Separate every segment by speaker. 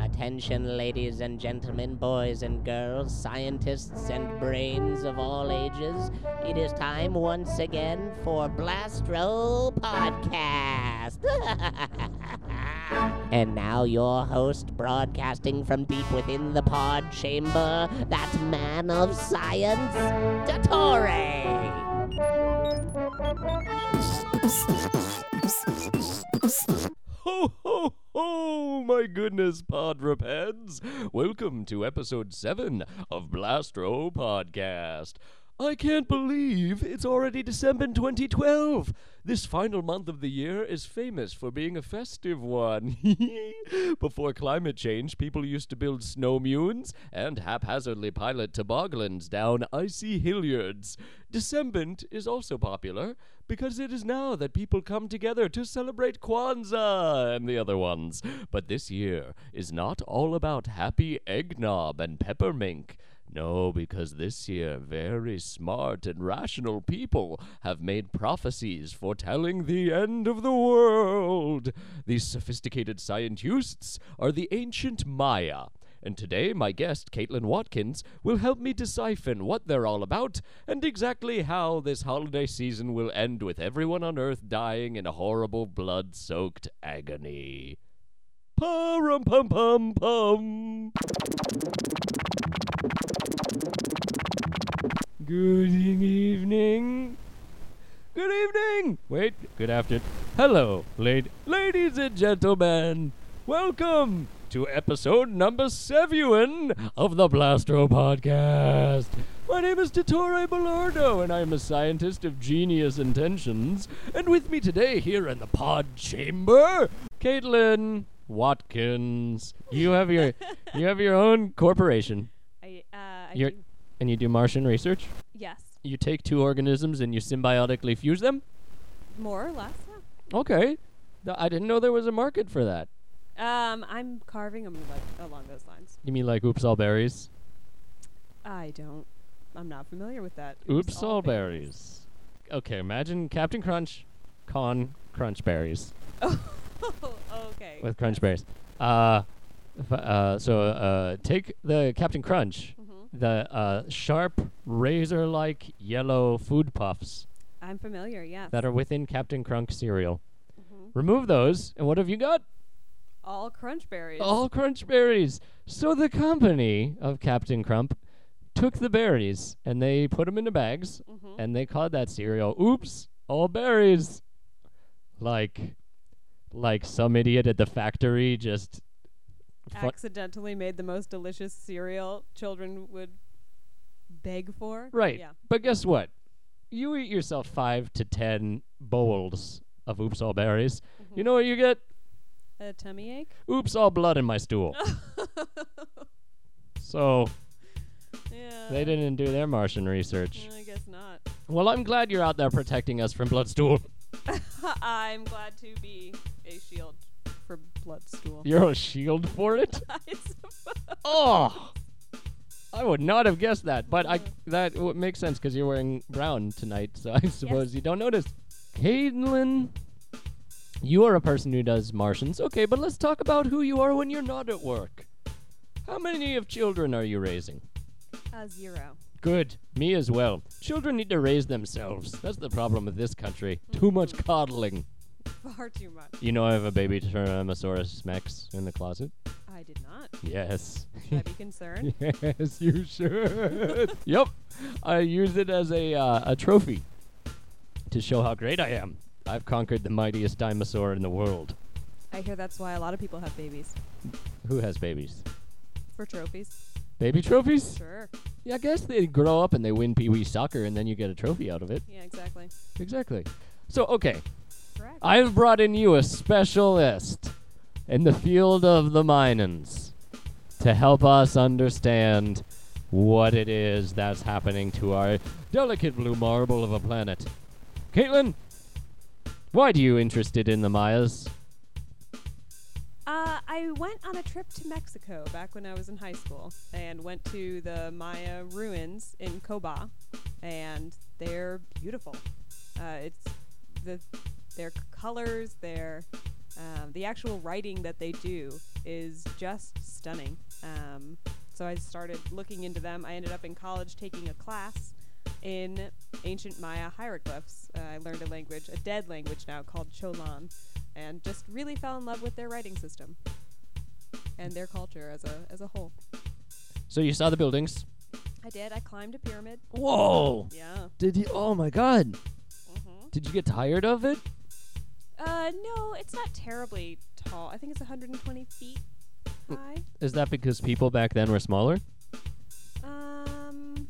Speaker 1: Attention, ladies and gentlemen, boys and girls, scientists and brains of all ages. It is time once again for Blastro Podcast. and now, your host, broadcasting from deep within the pod chamber, that man of science, Dottore.
Speaker 2: Ho ho ho! My goodness, Podrepeds! Welcome to episode 7 of Blastro Podcast. I can't believe it's already December 2012! This final month of the year is famous for being a festive one. Before climate change, people used to build snowmunes and haphazardly pilot toboggans down icy hilliards. Decemberant is also popular because it is now that people come together to celebrate Kwanzaa and the other ones. But this year is not all about happy eggnog and peppermint. No, because this year very smart and rational people have made prophecies foretelling the end of the world. These sophisticated scientists are the ancient Maya. And today, my guest, Caitlin Watkins, will help me decipher what they're all about and exactly how this holiday season will end with everyone on Earth dying in a horrible blood soaked agony. Pum pum pum pum. Good evening. Good evening. Wait, good afternoon. Hello, lad- ladies and gentlemen. Welcome to episode number seven of the Blastro Podcast. My name is Dottore Bellardo, and I'm a scientist of genius intentions. And with me today, here in the pod chamber, Caitlin Watkins. You have your you have your own corporation.
Speaker 3: I, uh, I
Speaker 2: You're,
Speaker 3: do-
Speaker 2: and you do Martian research.
Speaker 3: yes,
Speaker 2: you take two organisms and you symbiotically fuse them?
Speaker 3: more or less. yeah.
Speaker 2: Okay. Th- I didn't know there was a market for that.
Speaker 3: Um, I'm carving them like, along those lines.
Speaker 2: You mean like oops all berries?
Speaker 3: I don't. I'm not familiar with that.
Speaker 2: Oops all
Speaker 3: bad.
Speaker 2: berries. Okay, imagine Captain Crunch con crunch berries
Speaker 3: Oh, okay.
Speaker 2: with crunch berries. Uh, f- uh, so uh, take the Captain Crunch,
Speaker 3: Mhm.
Speaker 2: the uh, sharp razor-like yellow food puffs
Speaker 3: I'm familiar. Yes.
Speaker 2: that are within Captain Crunch cereal.
Speaker 3: Mhm.
Speaker 2: Remove those, and what have you got?
Speaker 3: All crunch berries.
Speaker 2: All crunch berries. So the company of Captain Crump took the berries and they put them into bags
Speaker 3: Mhm.
Speaker 2: and they called that cereal oops all berries. Like like some idiot at the factory just fu-
Speaker 3: Accidentally made the most delicious cereal children would beg for.
Speaker 2: right.
Speaker 3: Yeah.
Speaker 2: But guess what? You eat yourself 5 to 10 bowls of oops all berries. You know what you get?
Speaker 3: A tummy ache.
Speaker 2: Oops all blood in my stool. so
Speaker 3: Yeah.
Speaker 2: they didn't do their Martian research.
Speaker 3: I guess not.
Speaker 2: Well, I'm glad you're out there protecting us from Bloodstool.
Speaker 3: I'm glad to be a shield for bloodstool.
Speaker 2: You're a shield for it?
Speaker 3: I suppose.
Speaker 2: Oh! I would not have guessed that, but I that w- makes sense because you're wearing brown tonight, so I suppose you don't notice. Caitlin, you are a person who does Martians. Okay, but let's talk about who you are when you're not at work. How many of children are you raising?
Speaker 3: A zero.
Speaker 2: Good. Me as well. Children need to raise themselves. That's the problem with this country. Too much coddling.
Speaker 3: Far too much.
Speaker 2: You know I have a baby Tyrannosaurus Max in the closet?
Speaker 3: I did not.
Speaker 2: Yes.
Speaker 3: Should I be concerned?
Speaker 2: yes, you should. yep. I use it as a, uh, a trophy to show how great I am. I've conquered the mightiest dinosaur in the world.
Speaker 3: I hear that's why a lot of people have babies.
Speaker 2: Who has babies?
Speaker 3: For trophies.
Speaker 2: Baby trophies?
Speaker 3: Sure.
Speaker 2: Yeah, I guess they grow up and they win Pee Wee soccer and then you get a trophy out of it.
Speaker 3: Yeah, exactly.
Speaker 2: Exactly. So, okay.
Speaker 3: Correct.
Speaker 2: I've brought in you a specialist in the field of the Minans to help us understand what it is that's happening to our delicate blue marble of a planet. Caitlin, why do you interested in the Mayas?
Speaker 3: Uh, I went on a trip to Mexico back when I was in high school and went to the Maya ruins in Coba. And they're beautiful. Uh, it's the their colors, their um, the actual writing that they do is just stunning. Um, so I started looking into them. I ended up in college taking a class in ancient Maya hieroglyphs. Uh, I learned a language, a dead language now called Cholan, and just really fell in love with their writing system and their culture as a as a whole.
Speaker 2: So you saw the buildings.
Speaker 3: I did. I climbed a pyramid.
Speaker 2: Whoa!
Speaker 3: Yeah.
Speaker 2: Did you? Oh my God!
Speaker 3: Mm-hmm.
Speaker 2: Did you get tired of it?
Speaker 3: Uh, no, it's not terribly tall. I think it's 120 feet high.
Speaker 2: Is that because people back then were smaller?
Speaker 3: Um,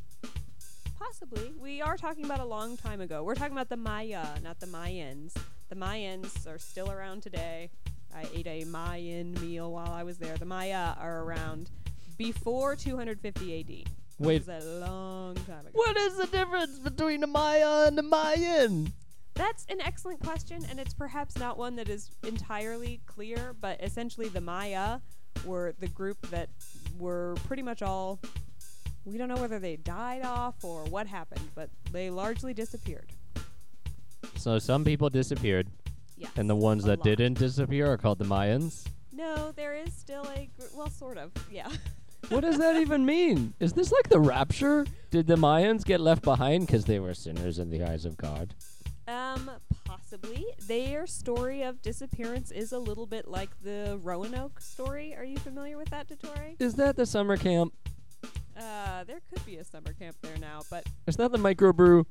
Speaker 3: possibly. We are talking about a long time ago. We're talking about the Maya, not the Mayans. The Mayans are still around today. I ate a Mayan meal while I was there. The Maya are around before 250 AD.
Speaker 2: Wait.
Speaker 3: It was a long time ago.
Speaker 2: What is the difference between the Maya and the Mayan?
Speaker 3: That's an excellent question, and it's perhaps not one that is entirely clear, but essentially the Maya were the group that were pretty much all. We don't know whether they died off or what happened, but they largely disappeared.
Speaker 2: So some people disappeared,
Speaker 3: Yes.
Speaker 2: and the ones
Speaker 3: a
Speaker 2: that
Speaker 3: lot.
Speaker 2: didn't disappear are called the Mayans.
Speaker 3: No, there is still a. Gr- well, sort of, yeah.
Speaker 2: what does that even mean? Is this like the rapture? Did the Mayans get left behind because they were sinners in the eyes of God?
Speaker 3: Um, possibly. Their story of disappearance is a little bit like the Roanoke story. Are you familiar with that, Dottore?
Speaker 2: Is that the summer camp?
Speaker 3: Uh, there could be a summer camp there now, but
Speaker 2: Is that the microbrew?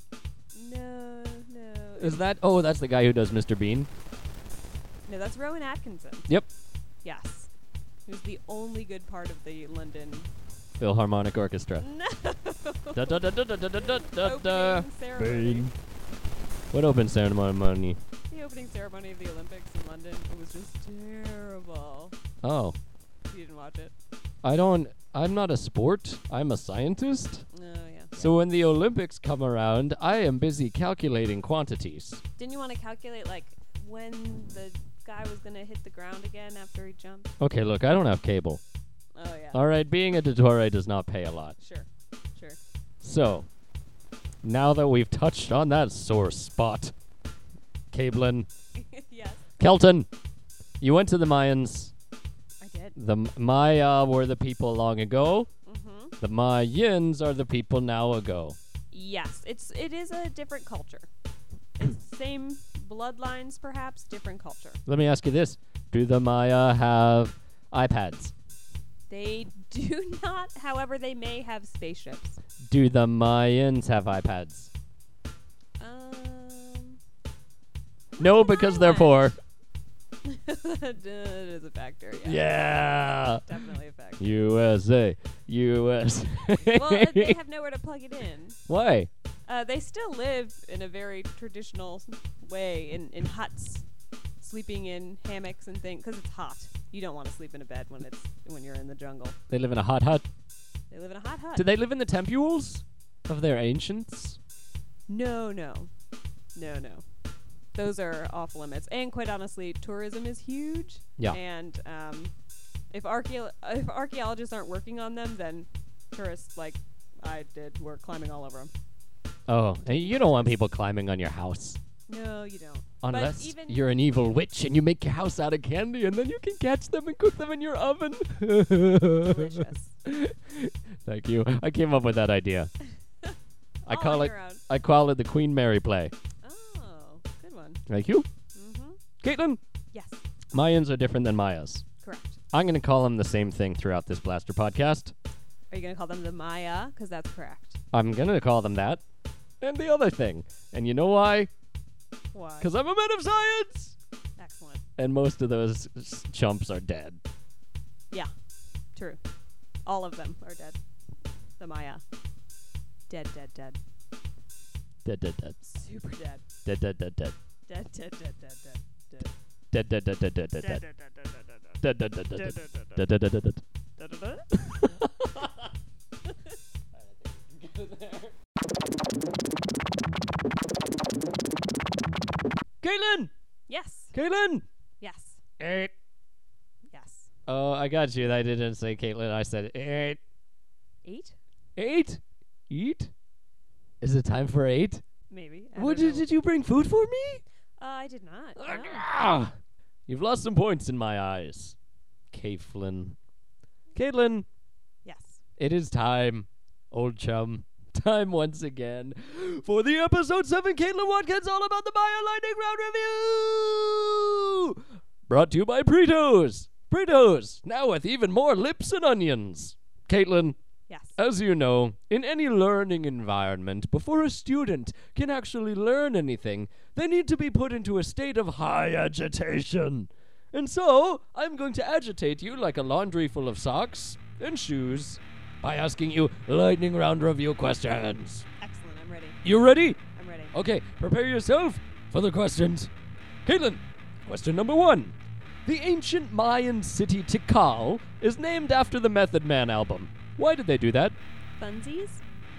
Speaker 3: no, no.
Speaker 2: Is that oh, that's the guy who does Mr. Bean.
Speaker 3: No, that's Rowan Atkinson.
Speaker 2: Yep,
Speaker 3: Yes. Who's the only good part of the London
Speaker 2: Philharmonic Orchestra.
Speaker 3: no.
Speaker 2: Da da da da da da da da da.
Speaker 3: opening ceremony.
Speaker 2: What open ceremony?
Speaker 3: The opening ceremony of the Olympics in London it was just terrible.
Speaker 2: Oh,
Speaker 3: You didn't watch it.
Speaker 2: I don't. I'm not a sport. I'm a scientist.
Speaker 3: Oh yeah.
Speaker 2: So when the Olympics come around, I am busy calculating quantities.
Speaker 3: Didn't you want to calculate like when the guy was gonna hit the ground again after he jumped?
Speaker 2: Okay, look, I don't have cable.
Speaker 3: Oh yeah.
Speaker 2: All right, being a Dottore does not pay a lot.
Speaker 3: Sure. Sure.
Speaker 2: So, now that we've touched on that sore spot, Cablin,
Speaker 3: yes.
Speaker 2: Kelton, you went to the Mayans.
Speaker 3: I did.
Speaker 2: The M- Maya were the people long ago.
Speaker 3: Mm-hmm.
Speaker 2: The Mayans are the people now ago.
Speaker 3: Yes, it's it is a different culture. It's same bloodlines, perhaps different culture.
Speaker 2: Let me ask you this: Do the Maya have iPads?
Speaker 3: They do not. However, they may have spaceships.
Speaker 2: Do the Mayans have iPads?
Speaker 3: Um,
Speaker 2: No, because they're poor.
Speaker 3: that is a factor. Yeah,
Speaker 2: Yeah.
Speaker 3: definitely a factor.
Speaker 2: USA, USA.
Speaker 3: well, uh, they have nowhere to plug it in.
Speaker 2: Why?
Speaker 3: Uh, they still live in a very traditional way in, in huts, sleeping in hammocks and things because it's hot. You don't want to sleep in a bed when it's when you're in the jungle.
Speaker 2: They live in a hot hut.
Speaker 3: They live in a hot hut.
Speaker 2: Do they live in the tempules of their ancients?
Speaker 3: No, no. No, no. Those are off limits. And quite honestly, tourism is huge.
Speaker 2: Yeah.
Speaker 3: And um, if archaeo- if archaeologists aren't working on them, then tourists like I did were climbing all over them.
Speaker 2: Oh, and you don't want people climbing on your house.
Speaker 3: No, you don't. But
Speaker 2: Unless
Speaker 3: even-
Speaker 2: you're an evil witch and you make your house out of candy and then you can catch them and cook them in your oven.
Speaker 3: Delicious.
Speaker 2: Thank you. I came up with that idea. I
Speaker 3: All
Speaker 2: call
Speaker 3: on
Speaker 2: it
Speaker 3: your own.
Speaker 2: I call it the Queen Mary play.
Speaker 3: Oh, good one.
Speaker 2: Thank you.
Speaker 3: Mm-hmm.
Speaker 2: Caitlin,
Speaker 3: Yes,
Speaker 2: Mayans are different than Mayas.
Speaker 3: correct.
Speaker 2: I'm going to call them the same thing throughout this blaster podcast.
Speaker 3: Are you gonna call them the Maya? Because that's correct.
Speaker 2: I'm going to call them that. And the other thing. And you know why?
Speaker 3: Why?
Speaker 2: Because I'm a man of science!
Speaker 3: Excellent.
Speaker 2: And most of those s- chumps are dead.
Speaker 3: Yeah, true. All of them are dead. The Maya. Dead, dead, dead.
Speaker 2: Dead, dead, dead.
Speaker 3: Super dead.
Speaker 2: Dead, dead, dead, dead.
Speaker 3: Dead, dead, dead, dead, dead.
Speaker 2: Dead, dead, dead, dead, dead, dead, dead. Dead, dead, dead, dead, dead. Dead, dead, dead, dead, dead. Caitlin!
Speaker 3: Yes,
Speaker 2: Caitlin!
Speaker 3: yes, yes.
Speaker 2: Oh, I got you. I didn't say Caitlin. I said eight.
Speaker 3: Eight?
Speaker 2: Eight? Eat? Is it time for eight?
Speaker 3: Maybe. I
Speaker 2: What
Speaker 3: don't
Speaker 2: did,
Speaker 3: know.
Speaker 2: did you bring food for me?
Speaker 3: Uh, I did not. no.
Speaker 2: Ah, You've lost some points in my eyes, Caitlin. Caitlin,
Speaker 3: Yes.
Speaker 2: it is time, old chum. Time once again for the episode seven Caitlin Watkins all about the Maya Lightning Round review. Brought to you by Pritos. Pritos now with even more lips and onions. Caitlin,
Speaker 3: Yes.
Speaker 2: as you know, in any learning environment, before a student can actually learn anything, they need to be put into a state of high agitation. And so, I'm going to agitate you like a laundry full of socks and shoes by asking you lightning round review questions.
Speaker 3: Excellent. I'm ready.
Speaker 2: You ready?
Speaker 3: I'm ready.
Speaker 2: Okay, prepare yourself for the questions. Caitlin, question number one. The ancient Mayan city Tikal is named after the Method Man album. Why did they do that?
Speaker 3: Funsies?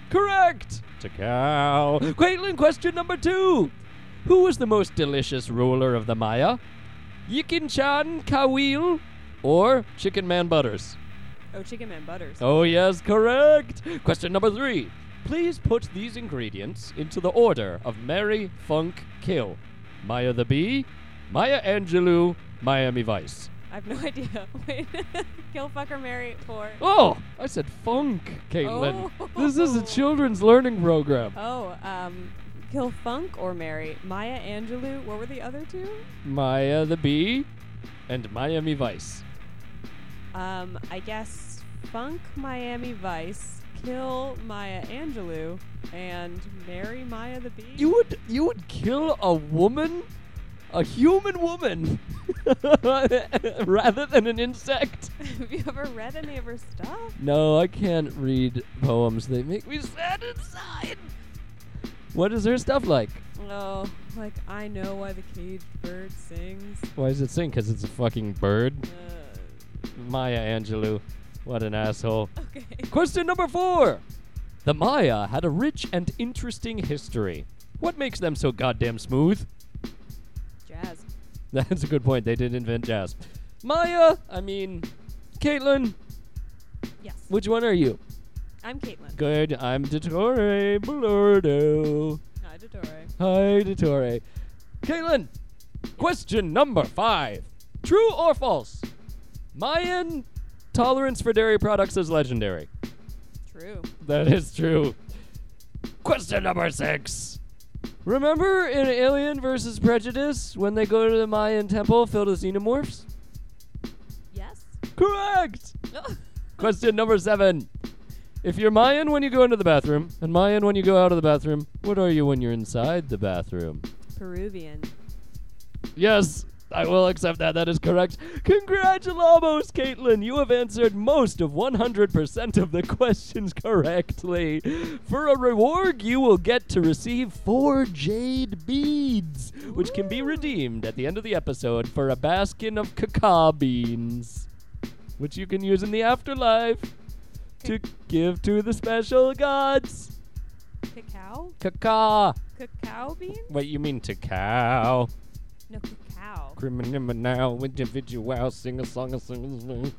Speaker 2: Correct! Tikal. Caitlin, question number two. Who was the most delicious ruler of the Maya? Yikin Chan Kawil or Chicken Man Butters?
Speaker 3: Oh, chicken man butters.
Speaker 2: Oh, yes, correct. Question number three. Please put these ingredients into the order of Mary Funk Kill Maya the Bee, Maya Angelou, Miami Vice.
Speaker 3: I have no idea. Wait. Kill, fuck, or marry for.
Speaker 2: Oh, I said funk, Caitlin. This is a
Speaker 3: Oh.
Speaker 2: children's learning program.
Speaker 3: Oh, um, kill funk or marry Maya Angelou. What were the other two?
Speaker 2: Maya the Bee and Miami Vice.
Speaker 3: Um, I guess funk Miami Vice, kill Maya Angelou, and marry Maya the Bee.
Speaker 2: You would you would kill a woman, a human woman, rather than an insect.
Speaker 3: have you ever read any of her stuff?
Speaker 2: No, I can't read poems. They make me sad inside. What is her stuff like?
Speaker 3: Oh, like I know why the caged bird sings.
Speaker 2: Why does it sing? Because it's a fucking bird.
Speaker 3: Uh,
Speaker 2: Maya Angelou. What an asshole.
Speaker 3: okay.
Speaker 2: Question number four. The Maya had a rich and interesting history. What makes them so goddamn smooth?
Speaker 3: Jazz.
Speaker 2: That's a good point. They did invent jazz. Maya, I mean, Caitlin,
Speaker 3: Yes.
Speaker 2: which one are you?
Speaker 3: I'm Caitlin.
Speaker 2: Good. I'm Dottore Balordo.
Speaker 3: Hi, Dottore.
Speaker 2: Hi, Dottore. Caitlin, question number five. True or false? Mayan tolerance for dairy products is legendary.
Speaker 3: True.
Speaker 2: That is true. Question number six. Remember in Alien versus Prejudice when they go to the Mayan temple filled with xenomorphs?
Speaker 3: Yes.
Speaker 2: Correct! Question number seven. If you're Mayan when you go into the bathroom, and Mayan when you go out of the bathroom, what are you when you're inside the bathroom?
Speaker 3: Peruvian.
Speaker 2: Yes, I will accept that. That is correct. Congratulations, Caitlin. You have answered most of 100% of the questions correctly. For a reward, you will get to receive four jade beads, which can be redeemed at the end of the episode for a basket of cacao beans, which you can use in the afterlife to give to the special gods.
Speaker 3: Cacao?
Speaker 2: Cacao.
Speaker 3: Cacao bean?
Speaker 2: Wait, you mean cacao?
Speaker 3: No, cacao.
Speaker 2: Criminal individual, sing a song, a sing a song.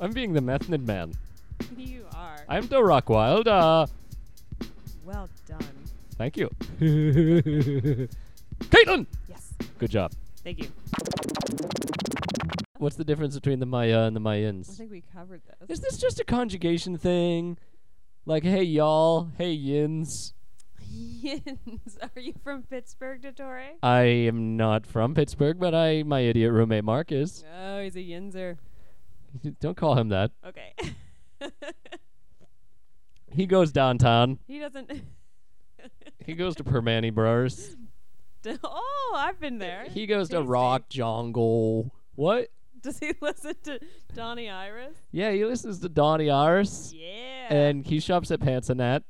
Speaker 2: I'm being the method man.
Speaker 3: You are.
Speaker 2: I'm the Rock Wilder.
Speaker 3: well done.
Speaker 2: Thank you. Caitlin!
Speaker 3: Yes.
Speaker 2: Good job.
Speaker 3: Thank you.
Speaker 2: What's the difference between the Maya and the
Speaker 3: I
Speaker 2: Mayans?
Speaker 3: think we covered this.
Speaker 2: Is this just a conjugation thing? Like, hey y'all, hey yins.
Speaker 3: Yins. Are you from Pittsburgh, Dottore?
Speaker 2: I am not from Pittsburgh, but I my idiot roommate Mark is.
Speaker 3: Oh, he's a Yinzer.
Speaker 2: Don't call him that.
Speaker 3: Okay.
Speaker 2: He goes downtown.
Speaker 3: he doesn't.
Speaker 2: He goes to Permani Bros.
Speaker 3: oh, I've been there.
Speaker 2: He goes to
Speaker 3: Tasty.
Speaker 2: Rock Jungle. What?
Speaker 3: Does he listen to Donny Iris?
Speaker 2: Yeah, he listens to Donny Iris,
Speaker 3: Yeah.
Speaker 2: and he shops at Pants and That.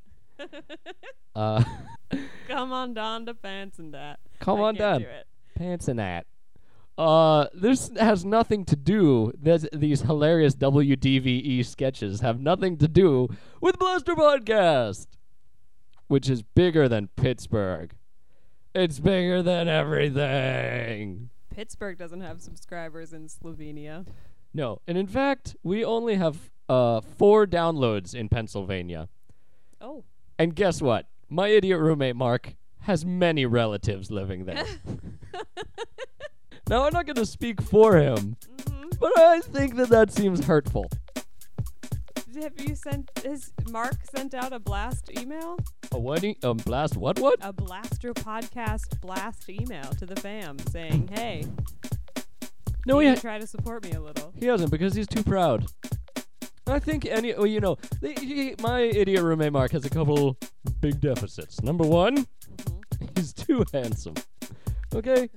Speaker 2: Uh,
Speaker 3: Come on down to pants and that.
Speaker 2: Come
Speaker 3: I
Speaker 2: on
Speaker 3: can't
Speaker 2: down.
Speaker 3: do it.
Speaker 2: Pants and That. Uh, this has nothing to do. This, these hilarious WDVE E sketches have nothing to do with Blaster Podcast, which is bigger than Pittsburgh. It's bigger than everything.
Speaker 3: Pittsburgh doesn't have subscribers in Slovenia.
Speaker 2: No, and in fact, we only have uh four downloads in Pennsylvania.
Speaker 3: Oh,
Speaker 2: And guess what? My idiot roommate Mark has many relatives living there. now, I'm not going to speak for him, but I think that that seems hurtful.
Speaker 3: Have you sent? Has Mark sent out a blast email?
Speaker 2: A what? e- Um, blast what what?
Speaker 3: A blastro podcast blast email to the fam saying, "Hey,
Speaker 2: no,
Speaker 3: you
Speaker 2: he,
Speaker 3: try to support me a little."
Speaker 2: he hasn't because he's too proud. I think any, well, you know, the, he, my idiot roommate Mark has a couple big deficits. Number one, he's too handsome. Okay?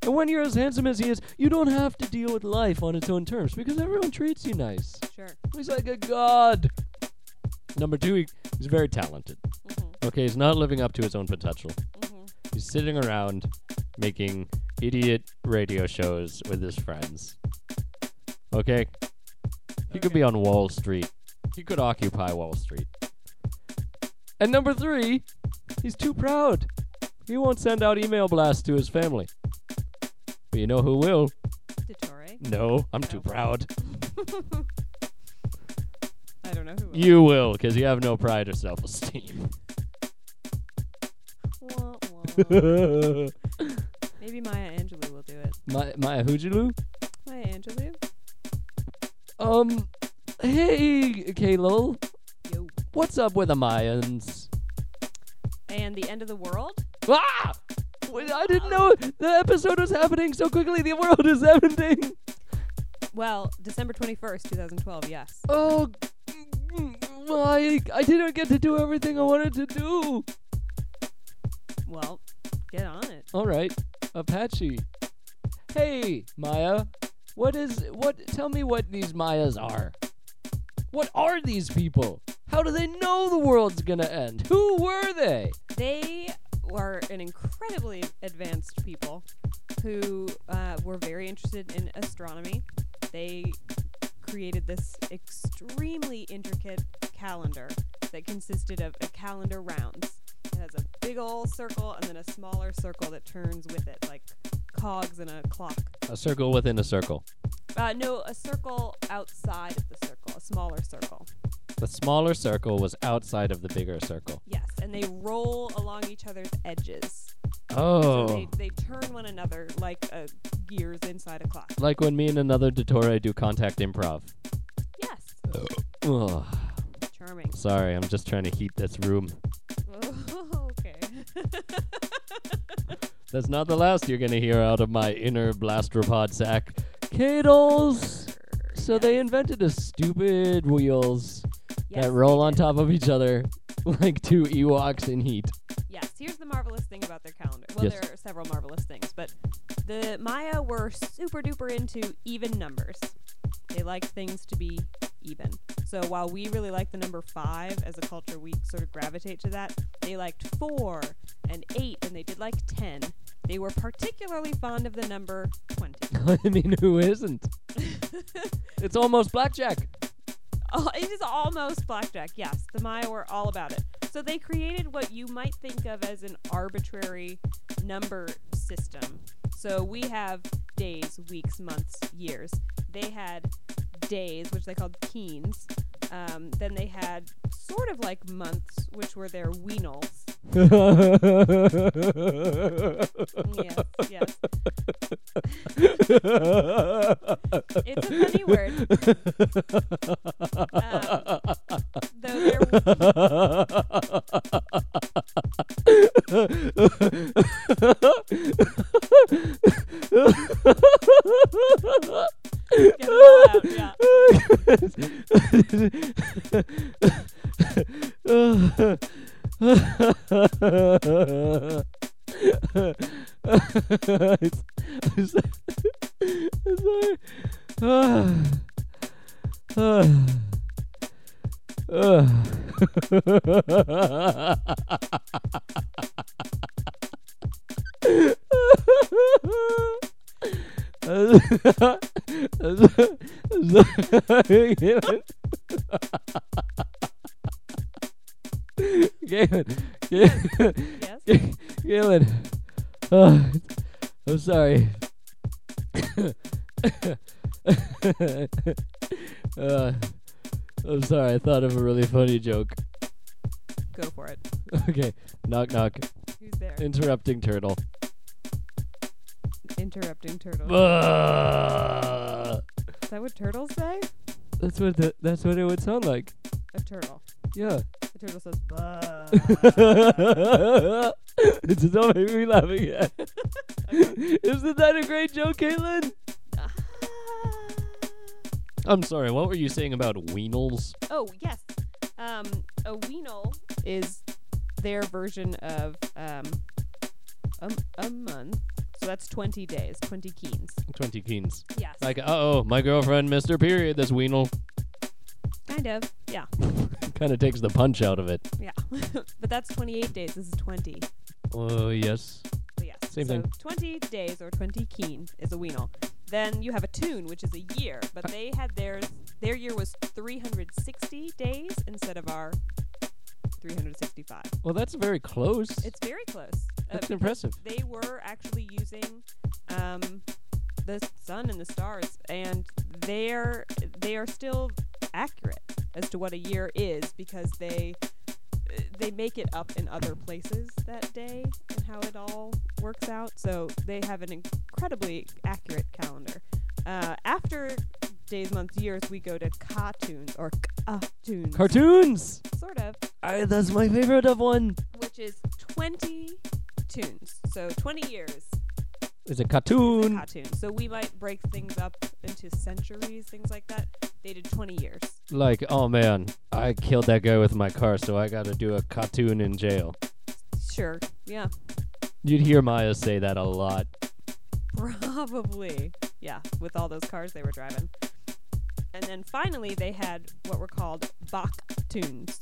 Speaker 2: and when you're as handsome as he is, you don't have to deal with life on its own terms because everyone treats you nice.
Speaker 3: Sure.
Speaker 2: He's like a god. Number two, he, he's very talented. Okay, he's not living up to his own potential. He's sitting around making idiot radio shows with his friends. Okay? He could be on Wall Street. He could occupy Wall Street. And number three, he's too proud. He won't send out email blasts to his family. But you know who will?
Speaker 3: Detore.
Speaker 2: No, I'm too proud.
Speaker 3: I don't know who. else.
Speaker 2: You will, because you have no pride or self esteem.
Speaker 3: Wah, wah.
Speaker 2: Maya,
Speaker 3: Maybe Maya Angelou will do it.
Speaker 2: Maya Hujulu?
Speaker 3: Maya Angelou.
Speaker 2: Um, hey, Kalol.
Speaker 3: Yo.
Speaker 2: What's up with the Mayans?
Speaker 3: And the end of the world.
Speaker 2: Ah! Wait, I didn't know the episode was happening so quickly. The world is ending.
Speaker 3: Well, December twenty first, two thousand twelve. Yes.
Speaker 2: Oh, mm, I, I didn't get to do everything I wanted to do.
Speaker 3: Well, get on it.
Speaker 2: All right, Apache. Hey, Maya. What is what? Tell me what these Mayas are. What are these people? How do they know the world's gonna end? Who were they?
Speaker 3: They were an incredibly advanced people who uh, were very interested in astronomy. They created this extremely intricate calendar that consisted of a calendar rounds. It has a big old circle and then a smaller circle that turns with it, like cogs in a clock.
Speaker 2: A circle within a circle.
Speaker 3: Uh, no, a circle outside of the circle, a smaller circle.
Speaker 2: The smaller circle was outside of the bigger circle.
Speaker 3: Yes, and they roll along each other's edges. So
Speaker 2: Oh.
Speaker 3: they, they turn one another like uh, gears inside a clock.
Speaker 2: Like when me and another Dottore do contact improv.
Speaker 3: Yes.
Speaker 2: Ugh.
Speaker 3: Charming.
Speaker 2: Sorry, I'm just trying to heat this room.
Speaker 3: Oh, okay.
Speaker 2: That's not the last you're gonna hear out of my inner blastropod sack. Cadles! So they invented a stupid wheels
Speaker 3: Yes,
Speaker 2: that roll
Speaker 3: they
Speaker 2: on
Speaker 3: did.
Speaker 2: top of each other like two Ewoks in heat.
Speaker 3: Yes, here's the marvelous thing about their calendar. Well,
Speaker 2: Yes.
Speaker 3: there are several marvelous things, but the Maya were super duper into even numbers. They liked things to be even. So while we really like the number five as a culture, we sort of gravitate to that. They liked four and eight, and they did like ten. They were particularly fond of the number twenty.
Speaker 2: I mean, who isn't? it's almost blackjack.
Speaker 3: Oh, it is almost blackjack. Yes, the Maya were all about it. So they created what you might think of as an arbitrary number system. So we have days, weeks, months, years. They had days, which they called keens. Um, then they had sort of like months, which were their weenals. Yes, yes. It's a funny word. Um, though their Get it all out, yeah.
Speaker 2: It's- I'm so- I'm sorry. Ah. Ah. Ah. I'm so- I'm so- I'm sorry. Galen, Galen,
Speaker 3: Yes.
Speaker 2: Galen, oh, I'm sorry. uh, I'm sorry. I thought of a really funny joke.
Speaker 3: Go for it.
Speaker 2: Okay. Knock knock.
Speaker 3: Who's there?
Speaker 2: Interrupting turtle.
Speaker 3: Interrupting turtle.
Speaker 2: Bah!
Speaker 3: Is that what turtles say?
Speaker 2: That's what the, that's what it would sound like.
Speaker 3: A turtle.
Speaker 2: Yeah.
Speaker 3: A turtle says, "Bah."
Speaker 2: it's not making me laughing at. Isn't that a great joke, Caitlin? I'm sorry. What were you saying about weenals?
Speaker 3: oh yes. Um, a weenal is their version of um, a, a month. So that's 20 days, 20 keens.
Speaker 2: Twenty keens.
Speaker 3: Yes.
Speaker 2: Like, uh oh, my girlfriend missed her period this weenal.
Speaker 3: kind of. Yeah.
Speaker 2: kind of takes the punch out of it.
Speaker 3: Yeah. but that's 28 days. This is 20.
Speaker 2: Oh, yes.
Speaker 3: So yes.
Speaker 2: Same
Speaker 3: so
Speaker 2: thing.
Speaker 3: 20 days or 20 keen is a weenal. Then you have a tune, which is a year, but they had theirs. Their year was 360 days instead of our 365.
Speaker 2: Well, that's very close.
Speaker 3: It's very close. Uh,
Speaker 2: that's impressive.
Speaker 3: they were actually using um, the sun and the stars, and they're they are still accurate as to what a year is because they uh, they make it up in other places that day and how it all works out. So they have an incredibly accurate calendar. Uh, after days, months, years, we go to cartoons or cartoons,
Speaker 2: Cartoons.
Speaker 3: sort of
Speaker 2: I, that's my favorite of one.
Speaker 3: which is 20 tunes. So 20 years
Speaker 2: It's a cartoon.
Speaker 3: cartoon. So we might break things up into centuries, things like that. They did 20 years.
Speaker 2: Like, oh man, I killed that guy with my car, so I gotta do a cartoon in jail.
Speaker 3: Sure. Yeah.
Speaker 2: You'd hear Maya say that a lot.
Speaker 3: Probably. Yeah, with all those cars they were driving. And then finally they had what were called Bach tunes.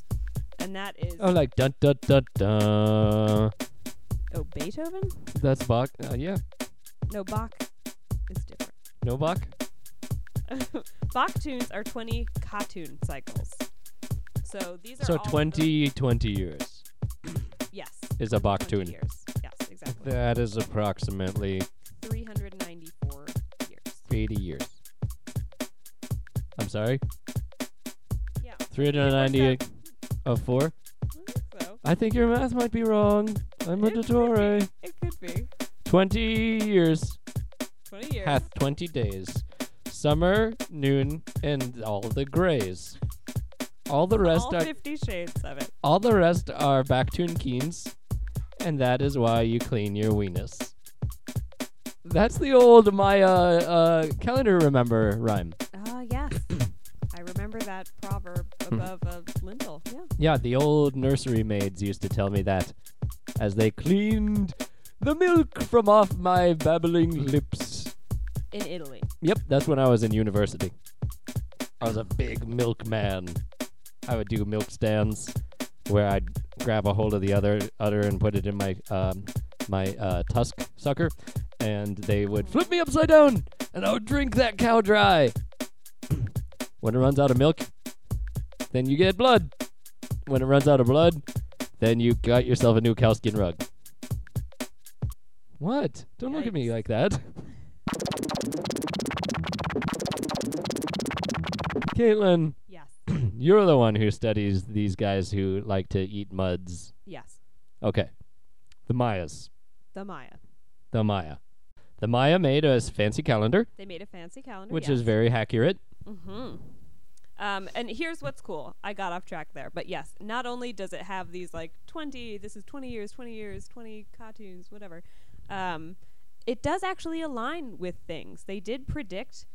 Speaker 3: And that is
Speaker 2: Oh, like dun dun dun dun.
Speaker 3: oh Beethoven?
Speaker 2: That's Bach. Uh, yeah,
Speaker 3: No, Bach is different.
Speaker 2: no Bach.
Speaker 3: Bach tunes are 20 cartoon cycles. So these are
Speaker 2: So
Speaker 3: all of the-
Speaker 2: 20, 20 years
Speaker 3: yes.
Speaker 2: is a Bach
Speaker 3: 20
Speaker 2: tune.
Speaker 3: Years. Yes, exactly.
Speaker 2: That is approximately
Speaker 3: 394 years.
Speaker 2: eighty years. I'm sorry,
Speaker 3: Yeah.
Speaker 2: three hundred ninety-eight of four.
Speaker 3: I think so.
Speaker 2: I think your math might be wrong. I'm a
Speaker 3: It could be.
Speaker 2: Dottore.
Speaker 3: It could be.
Speaker 2: Twenty years.
Speaker 3: 20 years.
Speaker 2: hath 20 days summer noon and all the grays all the rest
Speaker 3: All
Speaker 2: are
Speaker 3: 50 shades of it.
Speaker 2: all the rest are backtuned keens and that is why you clean your weenus that's the old maya uh, calendar remember rhyme
Speaker 3: Ah, yes. I remember that proverb
Speaker 2: Hmm.
Speaker 3: above a lintel. Yeah.
Speaker 2: yeah the old nursery maids used to tell me that as they cleaned the milk from off my babbling lips
Speaker 3: In Italy.
Speaker 2: Yep, that's when I was in university. I was a big milk man. I would do milk stands where I'd grab a hold of the other udder and put it in my um, my uh, tusk sucker, and they would flip me upside down, and I would drink that cow dry. when it runs out of milk, then you get blood. When it runs out of blood, then you got yourself a new cow skin rug. What? Don't look at me
Speaker 3: Yikes.
Speaker 2: like that. Caitlin,
Speaker 3: Yes.
Speaker 2: you're the one who studies these guys who like to eat muds.
Speaker 3: yes.
Speaker 2: Okay. The Mayas.
Speaker 3: The Maya.
Speaker 2: The Maya. The Maya made a s- fancy calendar,
Speaker 3: They made a fancy calendar.
Speaker 2: which is very accurate.
Speaker 3: Mm-hmm. Um, and here's what's cool. I got off track there, but yes, not only does it have these like 20, this is 20 years, 20 years, 20 cartoons, whatever. Um, it does actually align with things. They did predict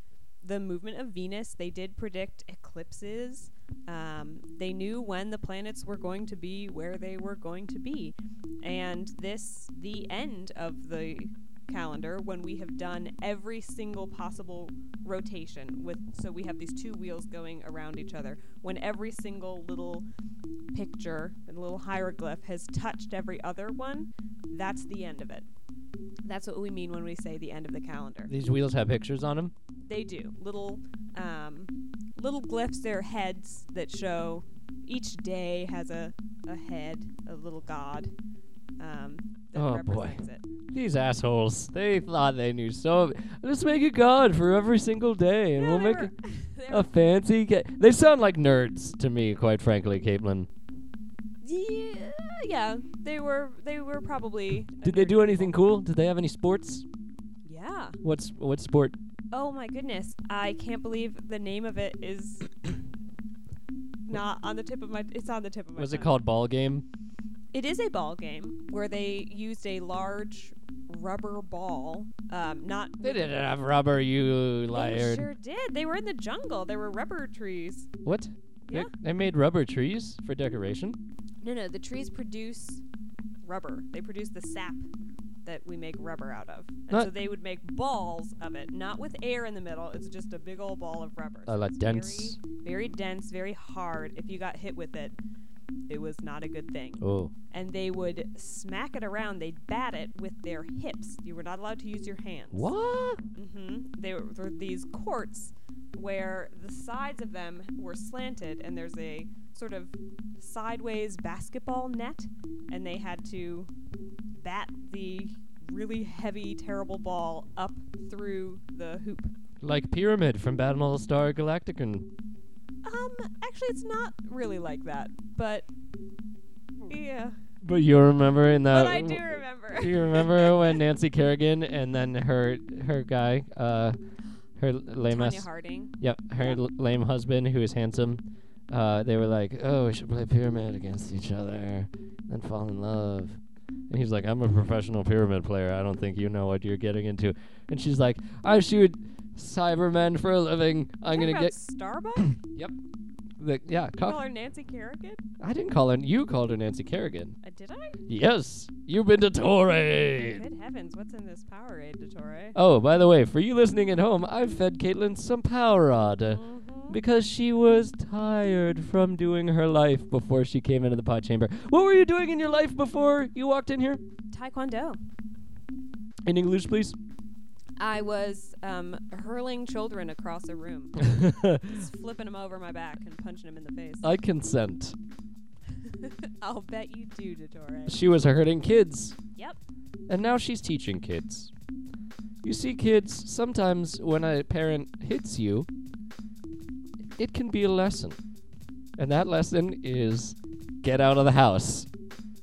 Speaker 3: the movement of Venus. They did predict eclipses. Um, they knew when the planets were going to be where they were going to be, and this the end of the calendar when we have done every single possible rotation with so we have these two wheels going around each other when every single little picture and little hieroglyph has touched every other one that's the end of it that's what we mean when we say the end of the calendar
Speaker 2: These wheels have pictures on them.
Speaker 3: they do little um, little glyphs they're heads that show each day has a, a head a little god um, that
Speaker 2: Oh, boy.
Speaker 3: represents it
Speaker 2: These assholes. They thought they knew so. Let's make a god for every single day, and
Speaker 3: Yeah,
Speaker 2: we'll
Speaker 3: they
Speaker 2: make
Speaker 3: were-
Speaker 2: a,
Speaker 3: they
Speaker 2: a
Speaker 3: were-
Speaker 2: fancy. Ca- they sound like nerds to me, quite frankly, Caitlin.
Speaker 3: yeah, yeah, they were they were probably.
Speaker 2: Did they do anything cool? Did they have any sports?
Speaker 3: Yeah.
Speaker 2: What's what sport?
Speaker 3: Oh my goodness! I can't believe the name of it is not on the tip of my. It's on the tip of my.
Speaker 2: Was it
Speaker 3: tongue.
Speaker 2: called ball game?
Speaker 3: It is a ball game where they used a large rubber ball. Um, not.
Speaker 2: They didn't have rubber, you
Speaker 3: They
Speaker 2: liar.
Speaker 3: sure did. They were in the jungle. There were rubber trees.
Speaker 2: What? They-
Speaker 3: Yeah.
Speaker 2: They made rubber trees for decoration.
Speaker 3: No, no. The trees produce rubber. They produce the sap that we make rubber out of. And
Speaker 2: Not-
Speaker 3: so they would make balls of it, not with air in the middle. It's just a big old ball of rubber.
Speaker 2: A la
Speaker 3: it's
Speaker 2: Oh, dense.
Speaker 3: Very, very dense, very hard. If you got hit with it, it was not a good thing.
Speaker 2: Oh,
Speaker 3: And they would smack it around. They'd bat it with their hips. You were not allowed to use your hands.
Speaker 2: what?
Speaker 3: hmm They were, were these courts where the sides of them were slanted, and there's a sort of sideways basketball net, and they had to bat the really heavy, terrible ball up through the hoop.
Speaker 2: Like pyramid from Battlestar Galactican.
Speaker 3: Um, actually, it's not really like that, but yeah,
Speaker 2: But you remember in that?
Speaker 3: but I do remember.
Speaker 2: Do you remember when Nancy Kerrigan and then her her guy, uh, her l- lame
Speaker 3: Tanya
Speaker 2: ass,
Speaker 3: Harding.
Speaker 2: yep, her l- lame husband who is handsome, uh, they were like, oh, we should play pyramid against each other, and fall in love. And he's like, I'm a professional pyramid player. I don't think you know what you're getting into. And she's like, I shoot Cybermen for a living. I'm
Speaker 3: Talking
Speaker 2: gonna
Speaker 3: about
Speaker 2: get
Speaker 3: Starbuck.
Speaker 2: the yeah.
Speaker 3: Call
Speaker 2: Cock-
Speaker 3: her Nancy Kerrigan.
Speaker 2: I didn't call her. You called her Nancy Kerrigan.
Speaker 3: Uh, did I?
Speaker 2: Yes, you've been to Torrey.
Speaker 3: Good heavens! What's in this Powerade, Dottore?
Speaker 2: Oh, by the way, for you listening at home, I fed Caitlin some Powerade
Speaker 3: Mhm.
Speaker 2: because she was tired from doing her life before she came into the pod chamber. What were you doing in your life before you walked in here?
Speaker 3: Taekwondo.
Speaker 2: In English, please.
Speaker 3: I was um, hurling children across a room, just flipping them over my back and punching them in the face.
Speaker 2: I consent.
Speaker 3: I'll bet you do, Dottore.
Speaker 2: She was hurting kids,
Speaker 3: Yep.
Speaker 2: and now she's teaching kids. You see, kids, sometimes when a parent hits you, it can be a lesson. And that lesson is get out of the house.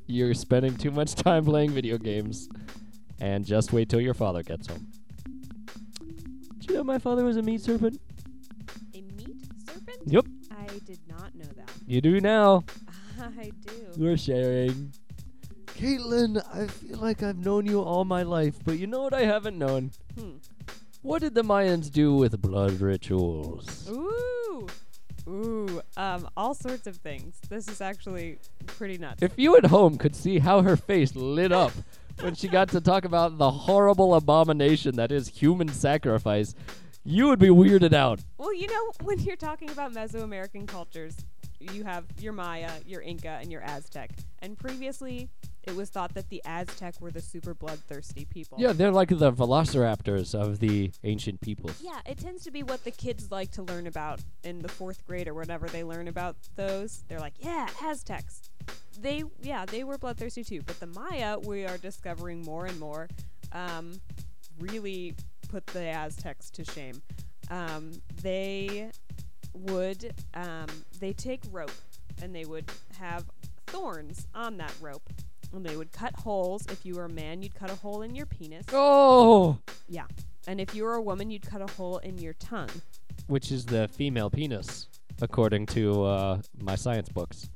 Speaker 2: You're spending too much time playing video games. And just wait till your father gets home. Did you know my father was a meat serpent?
Speaker 3: A meat serpent?
Speaker 2: Yep.
Speaker 3: I did not know that.
Speaker 2: You do now.
Speaker 3: I do.
Speaker 2: We're sharing. Caitlin, I feel like I've known you all my life, but you know what I haven't known?
Speaker 3: Hmm.
Speaker 2: What did the Mayans do with blood rituals?
Speaker 3: Ooh. Ooh. Um, all sorts of things. This is actually pretty nuts.
Speaker 2: If you at home could see how her face lit up when she got to talk about the horrible abomination that is human sacrifice, you would be weirded out.
Speaker 3: Well, you know, when you're talking about Mesoamerican cultures, you have your Maya, your Inca, and your Aztec. And previously, it was thought that the Aztec were the super bloodthirsty people.
Speaker 2: Yeah, they're like the velociraptors of the ancient peoples.
Speaker 3: Yeah, it tends to be what the kids like to learn about in the fourth grade or whenever they learn about those. They're like, yeah, Aztecs. They, yeah, they were bloodthirsty too. But the Maya, we are discovering more and more, um, really put the Aztecs to shame. Um, they would, um, they take rope and they would have thorns on that rope. And they would cut holes. If you were a man, you'd cut a hole in your penis.
Speaker 2: Oh!
Speaker 3: Yeah. And if you were a woman, you'd cut a hole in your tongue.
Speaker 2: Which is the female penis, according to uh, my science books.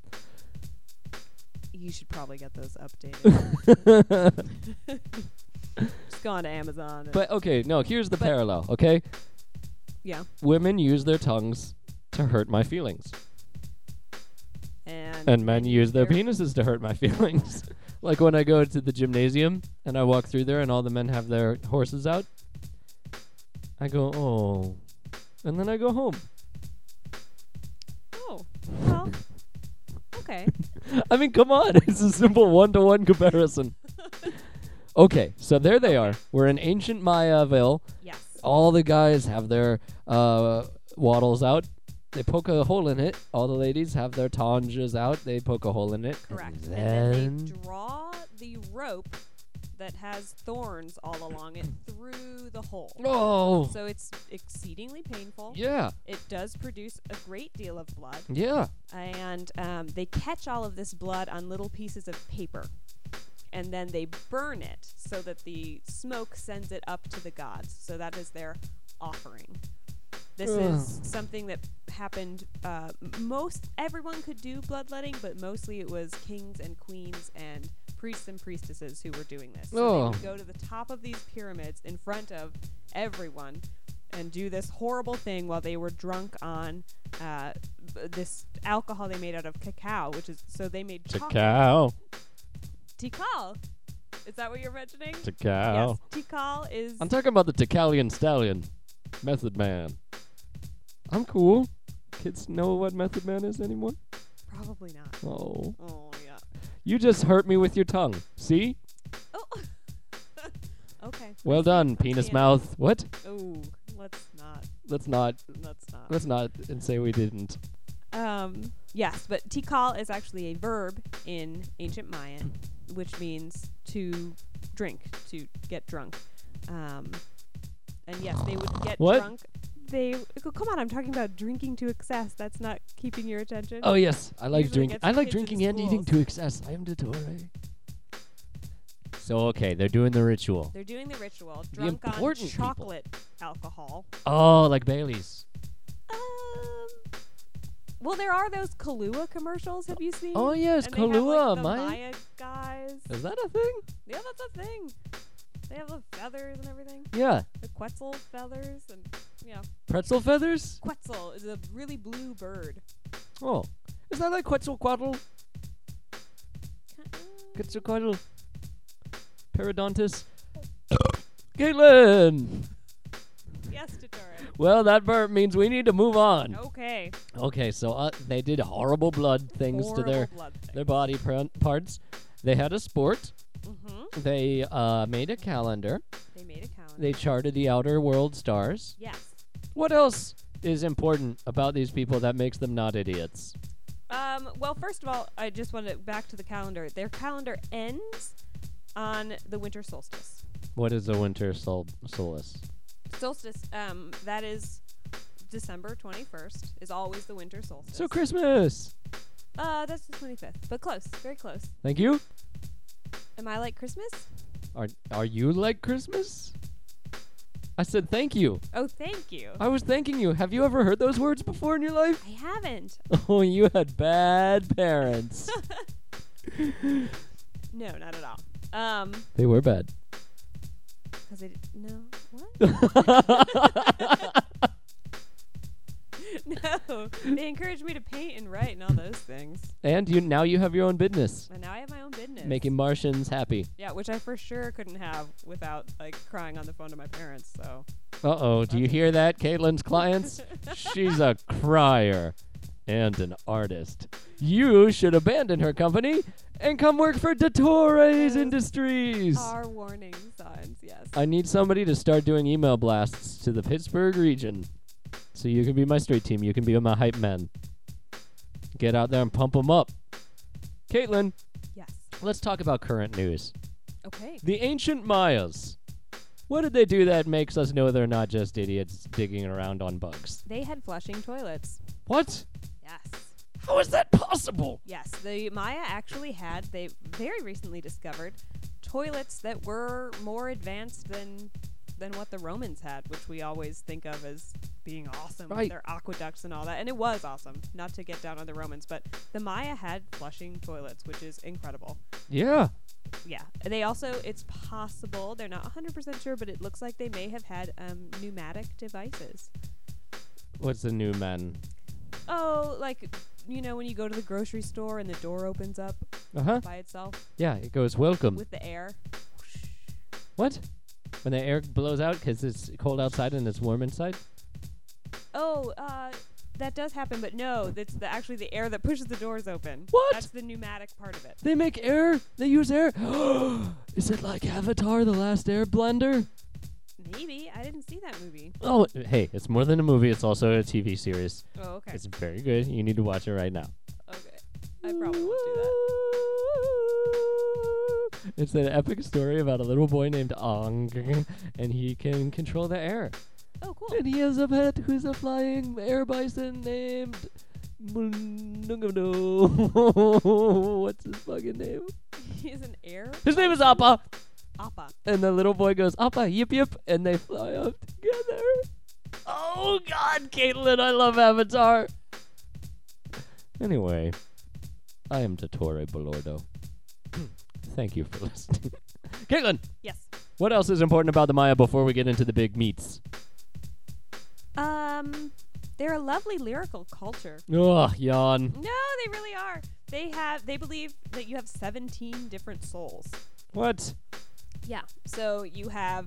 Speaker 3: You should probably get those updated.
Speaker 2: but
Speaker 3: Just go on to Amazon. and-
Speaker 2: okay, no, here's the
Speaker 3: But-
Speaker 2: parallel, okay?
Speaker 3: yeah.
Speaker 2: Women use their tongues to hurt my feelings,
Speaker 3: And,
Speaker 2: and men use their
Speaker 3: their-
Speaker 2: penises to hurt my feelings. like when I go to the gymnasium and I walk through there and all the men have their horses out, I go, oh. And then I go home.
Speaker 3: Oh. Well. Okay.
Speaker 2: I mean, come on. It's a simple one to one comparison. okay, so there they are. We're in ancient Mayaville.
Speaker 3: yes.
Speaker 2: all the guys have their uh, waddles out. They poke a hole in it. All the ladies have their tonges out. They poke a hole in it.
Speaker 3: Correct.
Speaker 2: And
Speaker 3: And then
Speaker 2: then-
Speaker 3: they draw the rope that has thorns all along it through the hole.
Speaker 2: Oh.
Speaker 3: So it's exceedingly painful.
Speaker 2: yeah.
Speaker 3: It does produce a great deal of blood,
Speaker 2: Yeah.
Speaker 3: and um, they catch all of this blood on little pieces of paper. And then they burn it so that the smoke sends it up to the gods. So that is their offering. This is something that happened. Uh, m- most everyone could do bloodletting, but mostly it was kings and queens and priests and priestesses who were doing this. So
Speaker 2: Oh.
Speaker 3: they would go to the top of these pyramids in front of everyone and do this horrible thing while they were drunk on uh, b- this alcohol they made out of cacao, which is so they made chocolate.
Speaker 2: cow.
Speaker 3: Tikal. Is that what you're mentioning?
Speaker 2: To
Speaker 3: Yes. Tikal is.
Speaker 2: I'm talking about the Tecalian Stallion, Method Man. I'm cool. Kids know what Method Man is anymore?
Speaker 3: probably not.
Speaker 2: Oh.
Speaker 3: Oh, yeah.
Speaker 2: You just hurt me with your tongue. See?
Speaker 3: Oh. okay.
Speaker 2: Well done, penis mouth. What?
Speaker 3: Oh, let's not.
Speaker 2: Let's not.
Speaker 3: Let's not.
Speaker 2: Let's not and say we didn't.
Speaker 3: Um, yes, but tikal is actually a verb in ancient Mayan, which means to drink, to get drunk. Um, and yes, they would get
Speaker 2: What?
Speaker 3: drunk. They oh, come on. I'm talking about drinking to excess. That's not keeping your attention.
Speaker 2: Oh yes, I like
Speaker 3: Usually
Speaker 2: drinking.
Speaker 3: gets
Speaker 2: I
Speaker 3: the
Speaker 2: like
Speaker 3: kids in
Speaker 2: drinking and eating to
Speaker 3: schools.
Speaker 2: excess. I am the Torre.
Speaker 4: So okay, they're doing the ritual.
Speaker 3: They're doing the ritual, drunk on
Speaker 2: important people.
Speaker 3: chocolate alcohol.
Speaker 4: Oh, like Bailey's.
Speaker 3: Um, well, there are those Kahlua commercials. Have you seen?
Speaker 2: Oh yes,
Speaker 3: Mm-hmm. And they have, like,
Speaker 2: Kahlua.
Speaker 3: the
Speaker 2: my
Speaker 3: Maya guys.
Speaker 2: is that a thing?
Speaker 3: Yeah, that's a thing. They have the feathers and everything.
Speaker 2: Yeah,
Speaker 3: The Quetzal feathers and yeah,
Speaker 2: pretzel feathers.
Speaker 3: Quetzal is a really blue bird.
Speaker 2: Oh, is that like Quetzalcoatl? Quetzalcoatl. Periodontis. Caitlin.
Speaker 3: Yes, Tatara.
Speaker 2: Well, that burp means we need to move on.
Speaker 3: Okay.
Speaker 2: Okay, so uh, they did horrible blood things to their
Speaker 3: blood thing.
Speaker 2: their body pr- parts. They had a sport.
Speaker 3: hmm
Speaker 2: They uh, made a calendar.
Speaker 3: They made a calendar.
Speaker 2: They charted the outer world stars.
Speaker 3: yes.
Speaker 2: What else is important about these people that makes them not idiots?
Speaker 3: Um, well, first of all, I just want to back to the calendar. Their calendar ends on the winter solstice.
Speaker 2: What is a winter sol- solace?
Speaker 3: solstice um that is december 21st is always the winter solstice
Speaker 2: So Christmas.
Speaker 3: uh that's the 25th but close very close
Speaker 2: Thank you.
Speaker 3: am i like christmas
Speaker 2: Are are you like Christmas? I said thank you.
Speaker 3: oh thank you
Speaker 2: I was thanking you. Have you ever heard those words before in your life?
Speaker 3: i haven't
Speaker 2: Oh, you had bad parents.
Speaker 3: no not at all um
Speaker 2: they were bad.
Speaker 3: because i did no what
Speaker 2: and
Speaker 3: no they encouraged me to paint and write and all those things
Speaker 2: you now you have your own business,
Speaker 3: and now i have my own business
Speaker 2: making Martians happy.
Speaker 3: yeah which i for sure couldn't have without like crying on the phone to my parents so
Speaker 2: Uh oh, do you hear that, Caitlin's clients? She's a crier and an artist. You should abandon her company and come work for Detore's
Speaker 3: Yes.
Speaker 2: Industries.
Speaker 3: our warning signs yes
Speaker 2: I need somebody to start doing email blasts to the Pittsburgh region. So you can be my straight team, you can be my hype man. Get out there and pump 'em up. Caitlin,
Speaker 3: yes
Speaker 2: let's talk about current news.
Speaker 3: okay
Speaker 2: The ancient Mayas. What did they do that makes us know they're not just idiots digging around on bugs?
Speaker 3: they had flushing toilets
Speaker 2: What?
Speaker 3: yes
Speaker 2: How is that possible?
Speaker 3: Yes, the Maya actually had, they very recently discovered, toilets that were more advanced than than what the Romans had, which we always think of as being awesome
Speaker 2: Right.
Speaker 3: with their aqueducts and all that. And it was awesome, not to get down on the Romans, but the Maya had flushing toilets, which is incredible.
Speaker 2: Yeah.
Speaker 3: Yeah. They also, it's possible, they're not 100% sure, but it looks like they may have had um, pneumatic devices.
Speaker 2: What's the new man?
Speaker 3: Oh, like, you know, when you go to the grocery store and the door opens up
Speaker 2: Uh huh.
Speaker 3: by itself
Speaker 2: Yeah, it goes welcome.
Speaker 3: with the air.
Speaker 2: what? When the air blows out because it's cold outside and it's warm inside?
Speaker 3: Oh, uh, that does happen, but no, that's the, actually the air that pushes the doors open.
Speaker 2: What?
Speaker 3: That's the pneumatic part of it.
Speaker 2: They make air. They use air. Is it like Avatar: The Last Airbender?
Speaker 3: Maybe I didn't see that movie.
Speaker 2: Oh, hey, it's more than a movie. It's also a TV series.
Speaker 3: Oh, okay.
Speaker 2: It's very good. You need to watch it right now.
Speaker 3: okay, I probably won't do that.
Speaker 2: that. It's an epic story about a little boy named Ong, and he can control the air.
Speaker 3: Oh, cool.
Speaker 2: And he has a pet who's a flying air bison named. What's his fucking name?
Speaker 3: He's an heir.
Speaker 2: His name is Appa.
Speaker 3: Appa.
Speaker 2: And the little boy goes, Appa, yip yip. And they fly off together. Oh, God, Caitlin, I love Avatar. Anyway, I am Dottore Balordo. Thank you for listening. Caitlin,
Speaker 3: Yes.
Speaker 2: what else is important about the Maya before we get into the big meats?
Speaker 3: Um, they're a lovely lyrical culture.
Speaker 2: Ugh, yawn.
Speaker 3: No, they really are. They have. They believe that you have 17 different souls.
Speaker 2: What?
Speaker 3: Yeah. So you have,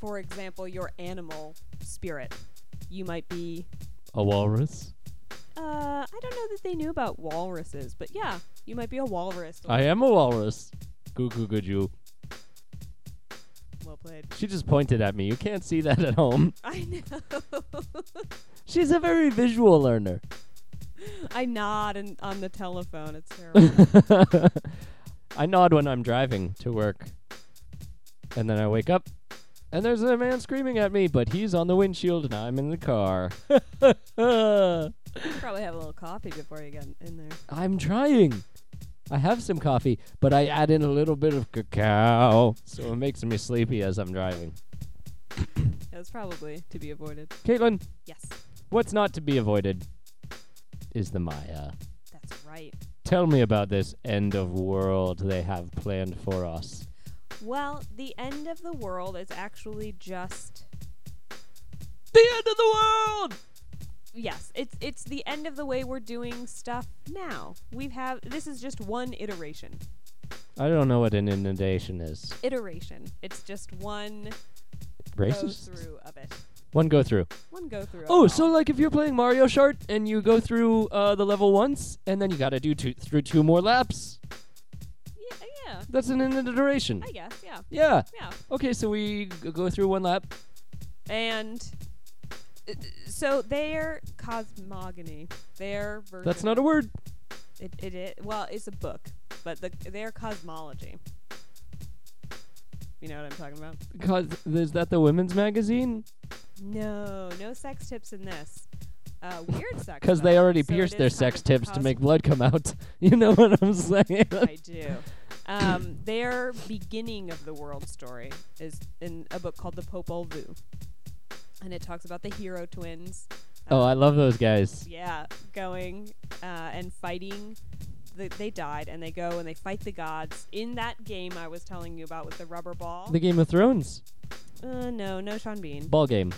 Speaker 3: for example, your animal spirit. You might be.
Speaker 2: A walrus?
Speaker 3: Uh, I don't know that they knew about walruses, but yeah, you might be a walrus.
Speaker 2: I am a walrus. Goo goo goo goo.
Speaker 3: well played.
Speaker 2: She just pointed at me. You can't see that at home.
Speaker 3: I know.
Speaker 2: She's a very visual learner.
Speaker 3: I nod and on the telephone. It's terrible.
Speaker 2: I nod when I'm driving to work. And then I wake up and there's a man screaming at me, but he's on the windshield and I'm in the car.
Speaker 3: Probably have a little coffee before you get in there.
Speaker 2: I'm trying. I have some coffee, but I add in a little bit of cacao, so it makes me sleepy as I'm driving.
Speaker 3: That was probably to be avoided.
Speaker 2: Caitlin,
Speaker 3: Yes,
Speaker 2: what's not to be avoided is the Maya.
Speaker 3: that's right.
Speaker 2: Tell me about this end of world they have planned for us.
Speaker 3: Well, the end of the world is actually just
Speaker 2: The end of the world!
Speaker 3: yes, it's it's the end of the way we're doing stuff now. We have this is just one iteration.
Speaker 2: I don't know what an inundation is.
Speaker 3: Iteration. It's just one go
Speaker 2: Racist?
Speaker 3: through of it.
Speaker 2: One go through.
Speaker 3: One go through. of
Speaker 2: Oh,
Speaker 3: it
Speaker 2: so
Speaker 3: all.
Speaker 2: like if you're playing Mario Kart and you go through uh, the level once, and then you gotta do two through two more laps.
Speaker 3: yeah, yeah.
Speaker 2: That's an iteration.
Speaker 3: I guess, yeah,
Speaker 2: Yeah.
Speaker 3: yeah.
Speaker 2: Okay, so we g- go through one lap.
Speaker 3: And uh, so their cosmogony, their version.
Speaker 2: That's not a
Speaker 3: of-
Speaker 2: word.
Speaker 3: It, it, i- well, it's a book, but the, their cosmology. You know what I'm talking about?
Speaker 2: Cause is that the women's magazine?
Speaker 3: No, no sex tips in this. Uh, weird sex.
Speaker 2: Because they
Speaker 3: though,
Speaker 2: already
Speaker 3: so it
Speaker 2: pierced
Speaker 3: is
Speaker 2: their
Speaker 3: kind
Speaker 2: sex
Speaker 3: of
Speaker 2: tips to
Speaker 3: cos-
Speaker 2: make blood come out. You know what I'm saying?
Speaker 3: I do. Um, their beginning of the world story is in a book called The Popol Vuh, and it talks about the hero twins.
Speaker 2: oh,
Speaker 3: um,
Speaker 2: I love those guys.
Speaker 3: yeah, going uh, and fighting. The, they died, and they go and they fight the gods in that game I was telling you about with the rubber ball.
Speaker 2: The Game of Thrones
Speaker 3: uh, no, no, Sean Bean.
Speaker 2: ball game,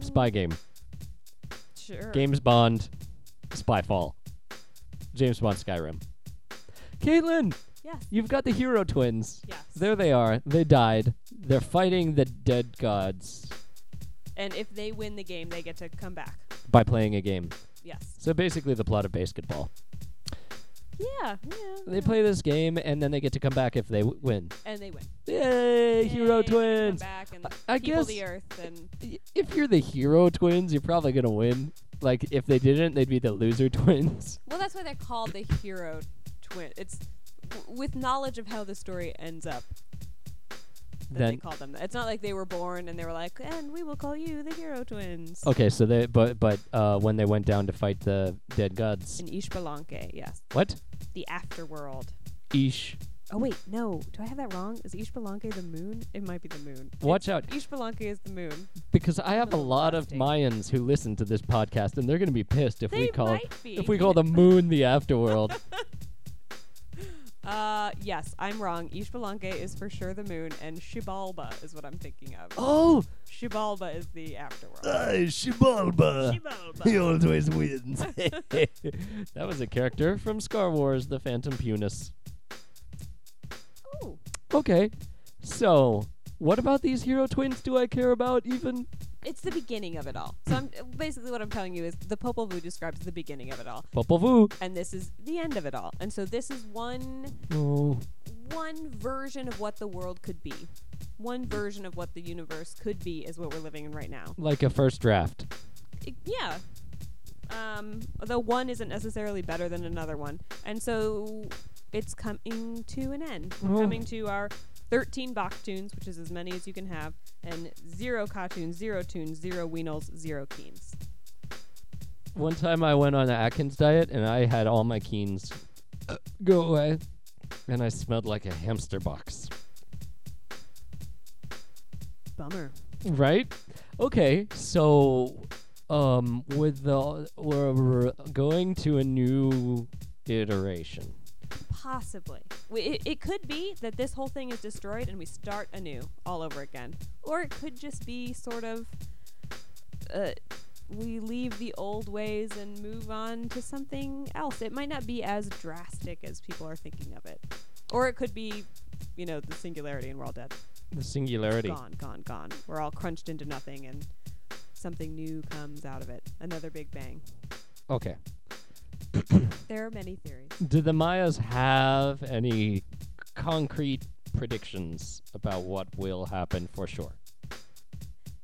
Speaker 2: spy game,
Speaker 3: sure.
Speaker 2: James Bond, Spyfall, James Bond Skyrim. Caitlin,
Speaker 3: Yes.
Speaker 2: you've got the hero twins.
Speaker 3: Yes.
Speaker 2: There they are. They died. They're fighting the dead gods
Speaker 3: and if they win the game, they get to come back.
Speaker 2: by playing a game.
Speaker 3: Yes.
Speaker 2: So basically, the plot of basketball.
Speaker 3: Yeah. Yeah.
Speaker 2: They play this game and then they get to come back if they w- win.
Speaker 3: and they win.
Speaker 2: Yay, hero
Speaker 3: Yay, they come
Speaker 2: twins!
Speaker 3: back and
Speaker 2: I
Speaker 3: people
Speaker 2: guess-
Speaker 3: the earth and
Speaker 2: Y- If you're the hero twins, you're probably gonna win. Like if they didn't, they'd be the loser twins.
Speaker 3: well, that's why they're called the hero twin. It's w- with knowledge of how the story ends up that they
Speaker 2: then
Speaker 3: call them. that. It's not like they were born and they were like, and we will call you the hero twins.
Speaker 2: okay, so they but but uh, when they went down to fight the dead gods,
Speaker 3: In Ishbalanke, yes,
Speaker 2: what?
Speaker 3: the afterworld.
Speaker 2: Ish,
Speaker 3: Oh wait, no. Do I have that wrong? Is Ishbalanke the moon? It might be the moon.
Speaker 2: watch out,
Speaker 3: Ishbalanke is the moon.
Speaker 2: because I have a
Speaker 3: little
Speaker 2: lot of
Speaker 3: plastic.
Speaker 2: Mayans who listen to this podcast, and they're gonna be pissed if
Speaker 3: They
Speaker 2: we call
Speaker 3: might be.
Speaker 2: if we call the moon the afterworld.
Speaker 3: Uh, yes, I'm wrong. Ishbalanke is for sure the moon, and Shibalba is what I'm thinking of.
Speaker 2: oh, Uh.
Speaker 3: Shibalba is the afterworld.
Speaker 2: Shibalba.
Speaker 3: Shibalba.
Speaker 2: always wins. that was a character from Star Wars: The Phantom Punis.
Speaker 3: Ooh.
Speaker 2: Okay, so what about these hero twins? Do I care about even?
Speaker 3: It's the beginning of it all. So I'm basically what I'm telling you is the Popol Vuh describes the beginning of it all,
Speaker 2: Popol Vuh.
Speaker 3: and this is the end of it all. And so this is one
Speaker 2: Oh,
Speaker 3: one version of what the world could be. One version of what the universe could be is what we're living in right now.
Speaker 2: like a first draft.
Speaker 3: I- yeah. Um, although one isn't necessarily better than another one. And so it's coming to an end.
Speaker 2: Oh.
Speaker 3: We're coming to our 13 Baktunes, which is as many as you can have, and zero Katunes, zero Tunes, zero Weenals, zero Keens.
Speaker 2: One time I went on an Atkins diet and I had all my keens go away, and I smelled like a hamster box.
Speaker 3: Bummer.
Speaker 2: Right? Okay, so um with the we're, we're going to a new iteration.
Speaker 3: Possibly. We, it, it could be that this whole thing is destroyed and we start anew all over again. Or it could just be sort of uh, we leave the old ways and move on to something else. It might not be as drastic as people are thinking of it. Or it could be, you know, the singularity and we're all dead.
Speaker 2: The singularity.
Speaker 3: Gone, gone, gone. We're all crunched into nothing and something new comes out of it. Another big bang.
Speaker 2: Okay.
Speaker 3: There are many theories.
Speaker 2: Do the Mayas have any concrete predictions about what will happen for sure?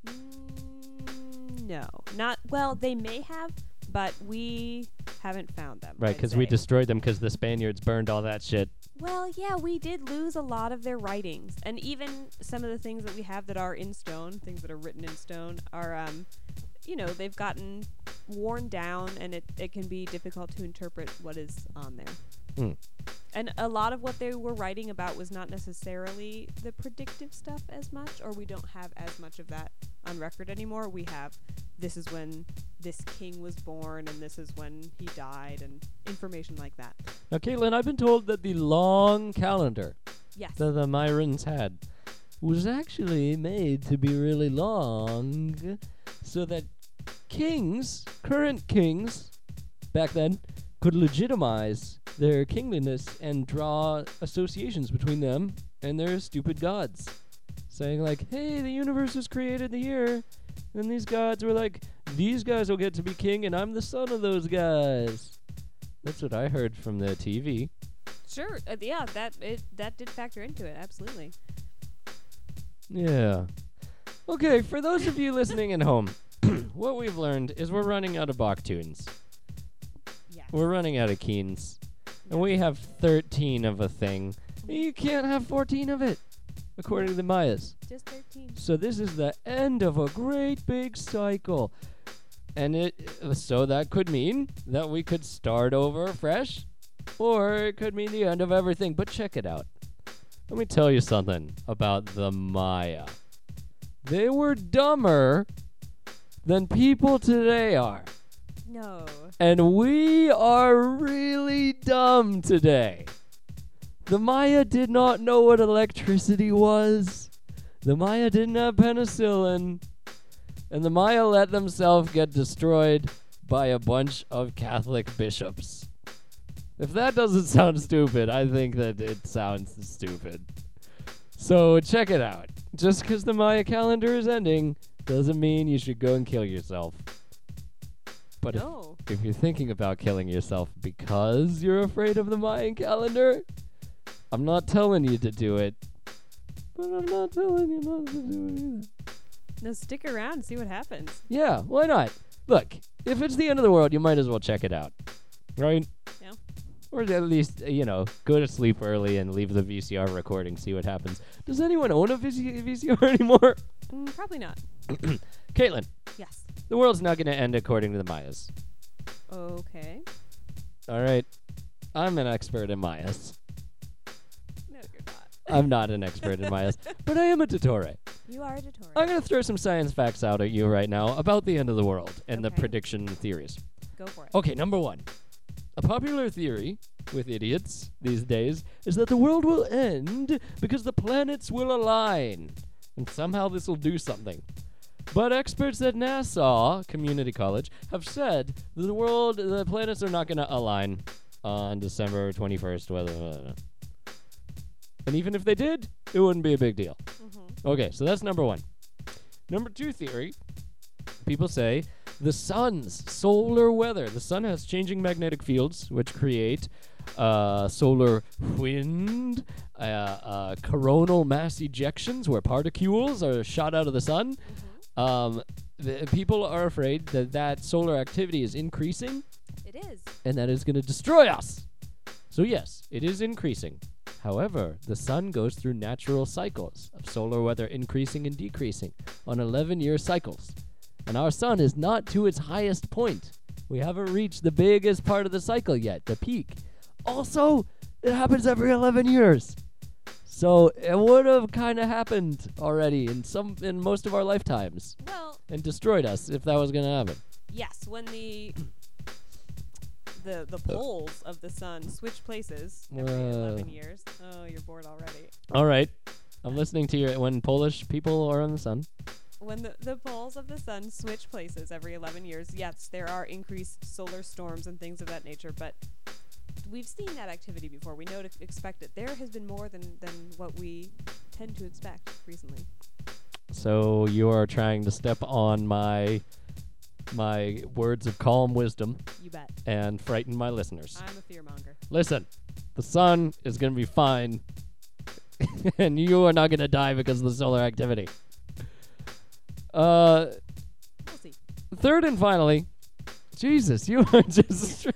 Speaker 3: Mm, No, not well. They may have, but we haven't found them.
Speaker 2: Right,
Speaker 3: I'd
Speaker 2: because we
Speaker 3: say.
Speaker 2: destroyed them because the Spaniards burned all that shit.
Speaker 3: Well, yeah, we did lose a lot of their writings, and even some of the things that we have that are in stone, things that are written in stone, are, um, you know, they've gotten worn down, and it it can be difficult to interpret what is on there.
Speaker 2: Hmm.
Speaker 3: And a lot of what they were writing about was not necessarily the predictive stuff as much, or we don't have as much of that on record anymore. We have this is when this king was born, and this is when he died, and information like that.
Speaker 2: Now, Caitlin, I've been told that the long calendar
Speaker 3: Yes.
Speaker 2: that the Myrans had was actually made to be really long so that kings, current kings, back then, could legitimize their kingliness and draw associations between them and their stupid gods. Saying, like, hey, the universe was created here. And these gods were like, these guys will get to be king, and I'm the son of those guys. That's what I heard from the TV.
Speaker 3: Sure. Uh, yeah, that it that did factor into it. Absolutely.
Speaker 2: Yeah. Okay, for those of you listening at home, what we've learned is we're running out of Baktunes.
Speaker 3: Yeah.
Speaker 2: We're running out of Keens. And we have 13 of a thing. You can't have 14 of it, according to the Mayas.
Speaker 3: Just thirteen.
Speaker 2: So this is the end of a great big cycle. And it so that could mean that we could start over fresh or it could mean the end of everything. But check it out. Let me tell you something about the Maya. They were dumber than people today are.
Speaker 3: No.
Speaker 2: And we are really dumb today. The Maya did not know what electricity was. The Maya didn't have penicillin. And the Maya let themselves get destroyed by a bunch of Catholic bishops. If that doesn't sound stupid, I think that it sounds stupid. So check it out. Just because the Maya calendar is ending doesn't mean you should go and kill yourself. But if
Speaker 3: No.
Speaker 2: if you're thinking about killing yourself because you're afraid of the Mayan calendar, I'm not telling you to do it. But I'm not telling you not to do it either.
Speaker 3: No. Stick around. See what happens.
Speaker 2: Yeah, why not? Look, if it's the end of the world, you might as well check it out. Right?
Speaker 3: Yeah.
Speaker 2: Or at least, uh, you know, go to sleep early and leave the VCR recording, see what happens. Does anyone own a VC- VCR anymore?
Speaker 3: Mm, probably not.
Speaker 2: Caitlin,
Speaker 3: Yes.
Speaker 2: the world's not going to end according to the Mayas.
Speaker 3: Okay.
Speaker 2: All right? I'm an expert in Mayas.
Speaker 3: No, you're not.
Speaker 2: I'm not an expert in Mayas, but I am a Dottore.
Speaker 3: You are a tutorial.
Speaker 2: I'm going to throw some science facts out at you right now about the end of the world and the
Speaker 3: Okay.
Speaker 2: prediction theories.
Speaker 3: Go for it.
Speaker 2: Okay, number one. A popular theory with idiots these days is that the world will end because the planets will align. And somehow this will do something. But experts at Nassau Community College have said that the world, the planets are not going to align on December 21st. Whether, and even if they did, it wouldn't be a big deal.
Speaker 3: Mm-hmm.
Speaker 2: Okay, so that's number one. Number two theory people say the sun's solar weather. The sun has changing magnetic fields, which create uh, solar wind, uh, uh, coronal mass ejections, where particles are shot out of the sun. Um, the, people are afraid that that solar activity is increasing
Speaker 3: It is.
Speaker 2: and that is going to destroy us. So, yes, it is increasing. However, the sun goes through natural cycles of solar weather increasing and decreasing on 11 year cycles. And our sun is not to its highest point. We haven't reached the biggest part of the cycle yet, the peak. Also, it happens every 11 years. So it would have kind of happened already in some in most of our lifetimes
Speaker 3: Well,
Speaker 2: and destroyed us if that was going to happen.
Speaker 3: yes, when the the the poles of the sun switch places every
Speaker 2: Whoa.
Speaker 3: 11 years. Oh, you're bored already.
Speaker 2: All right. I'm listening to your when Polish people are on the sun.
Speaker 3: When the, the poles of the sun switch places every 11 years, yes, there are increased solar storms and things of that nature, but we've seen that activity before. We know to expect it. There has been more than, than what we tend to expect recently.
Speaker 2: So you are trying to step on my my words of calm wisdom
Speaker 3: You bet.
Speaker 2: and frighten my listeners.
Speaker 3: I'm a fearmonger.
Speaker 2: Listen, the sun is going to be fine. and you are not going to die because of the solar activity. Uh
Speaker 3: We'll see.
Speaker 2: third and finally, Jesus, you are just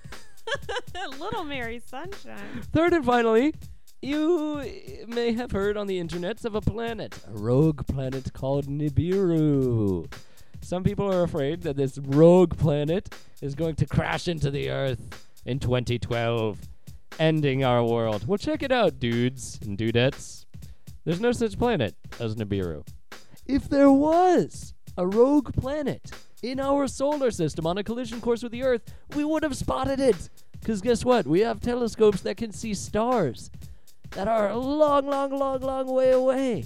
Speaker 3: Little Mary Sunshine.
Speaker 2: Third and finally, you may have heard on the internets of a planet, a rogue planet called Nibiru. Some people are afraid that this rogue planet is going to crash into the Earth in 2012, ending our world. Well, check it out, dudes and dudettes. There's no such planet as Nibiru. If there was a rogue planet in our solar system on a collision course with the Earth, we would have spotted it. Because guess what? We have telescopes that can see stars that are a long, long, long, long way away.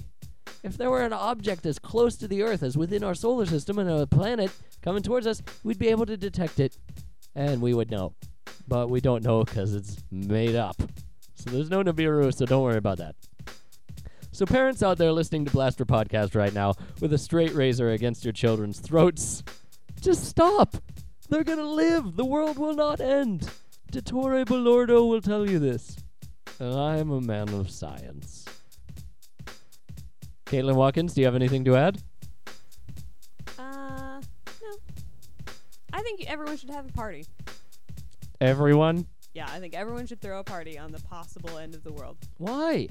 Speaker 2: If there were an object as close to the Earth as within our solar system and a planet coming towards us, we'd be able to detect it and we would know. But we don't know because it's made up. So there's no Nibiru, so don't worry about that. So, parents out there listening to Blaster Podcast right now with a straight razor against your children's throats, just stop. They're going to live. The world will not end. Dottore Balordo will tell you this. And I'm a man of science. Caitlin Watkins, do you have anything to add?
Speaker 3: Uh, no. I think everyone should have a party.
Speaker 2: Everyone?
Speaker 3: Yeah, I think everyone should throw a party on the possible end of the world.
Speaker 2: Why?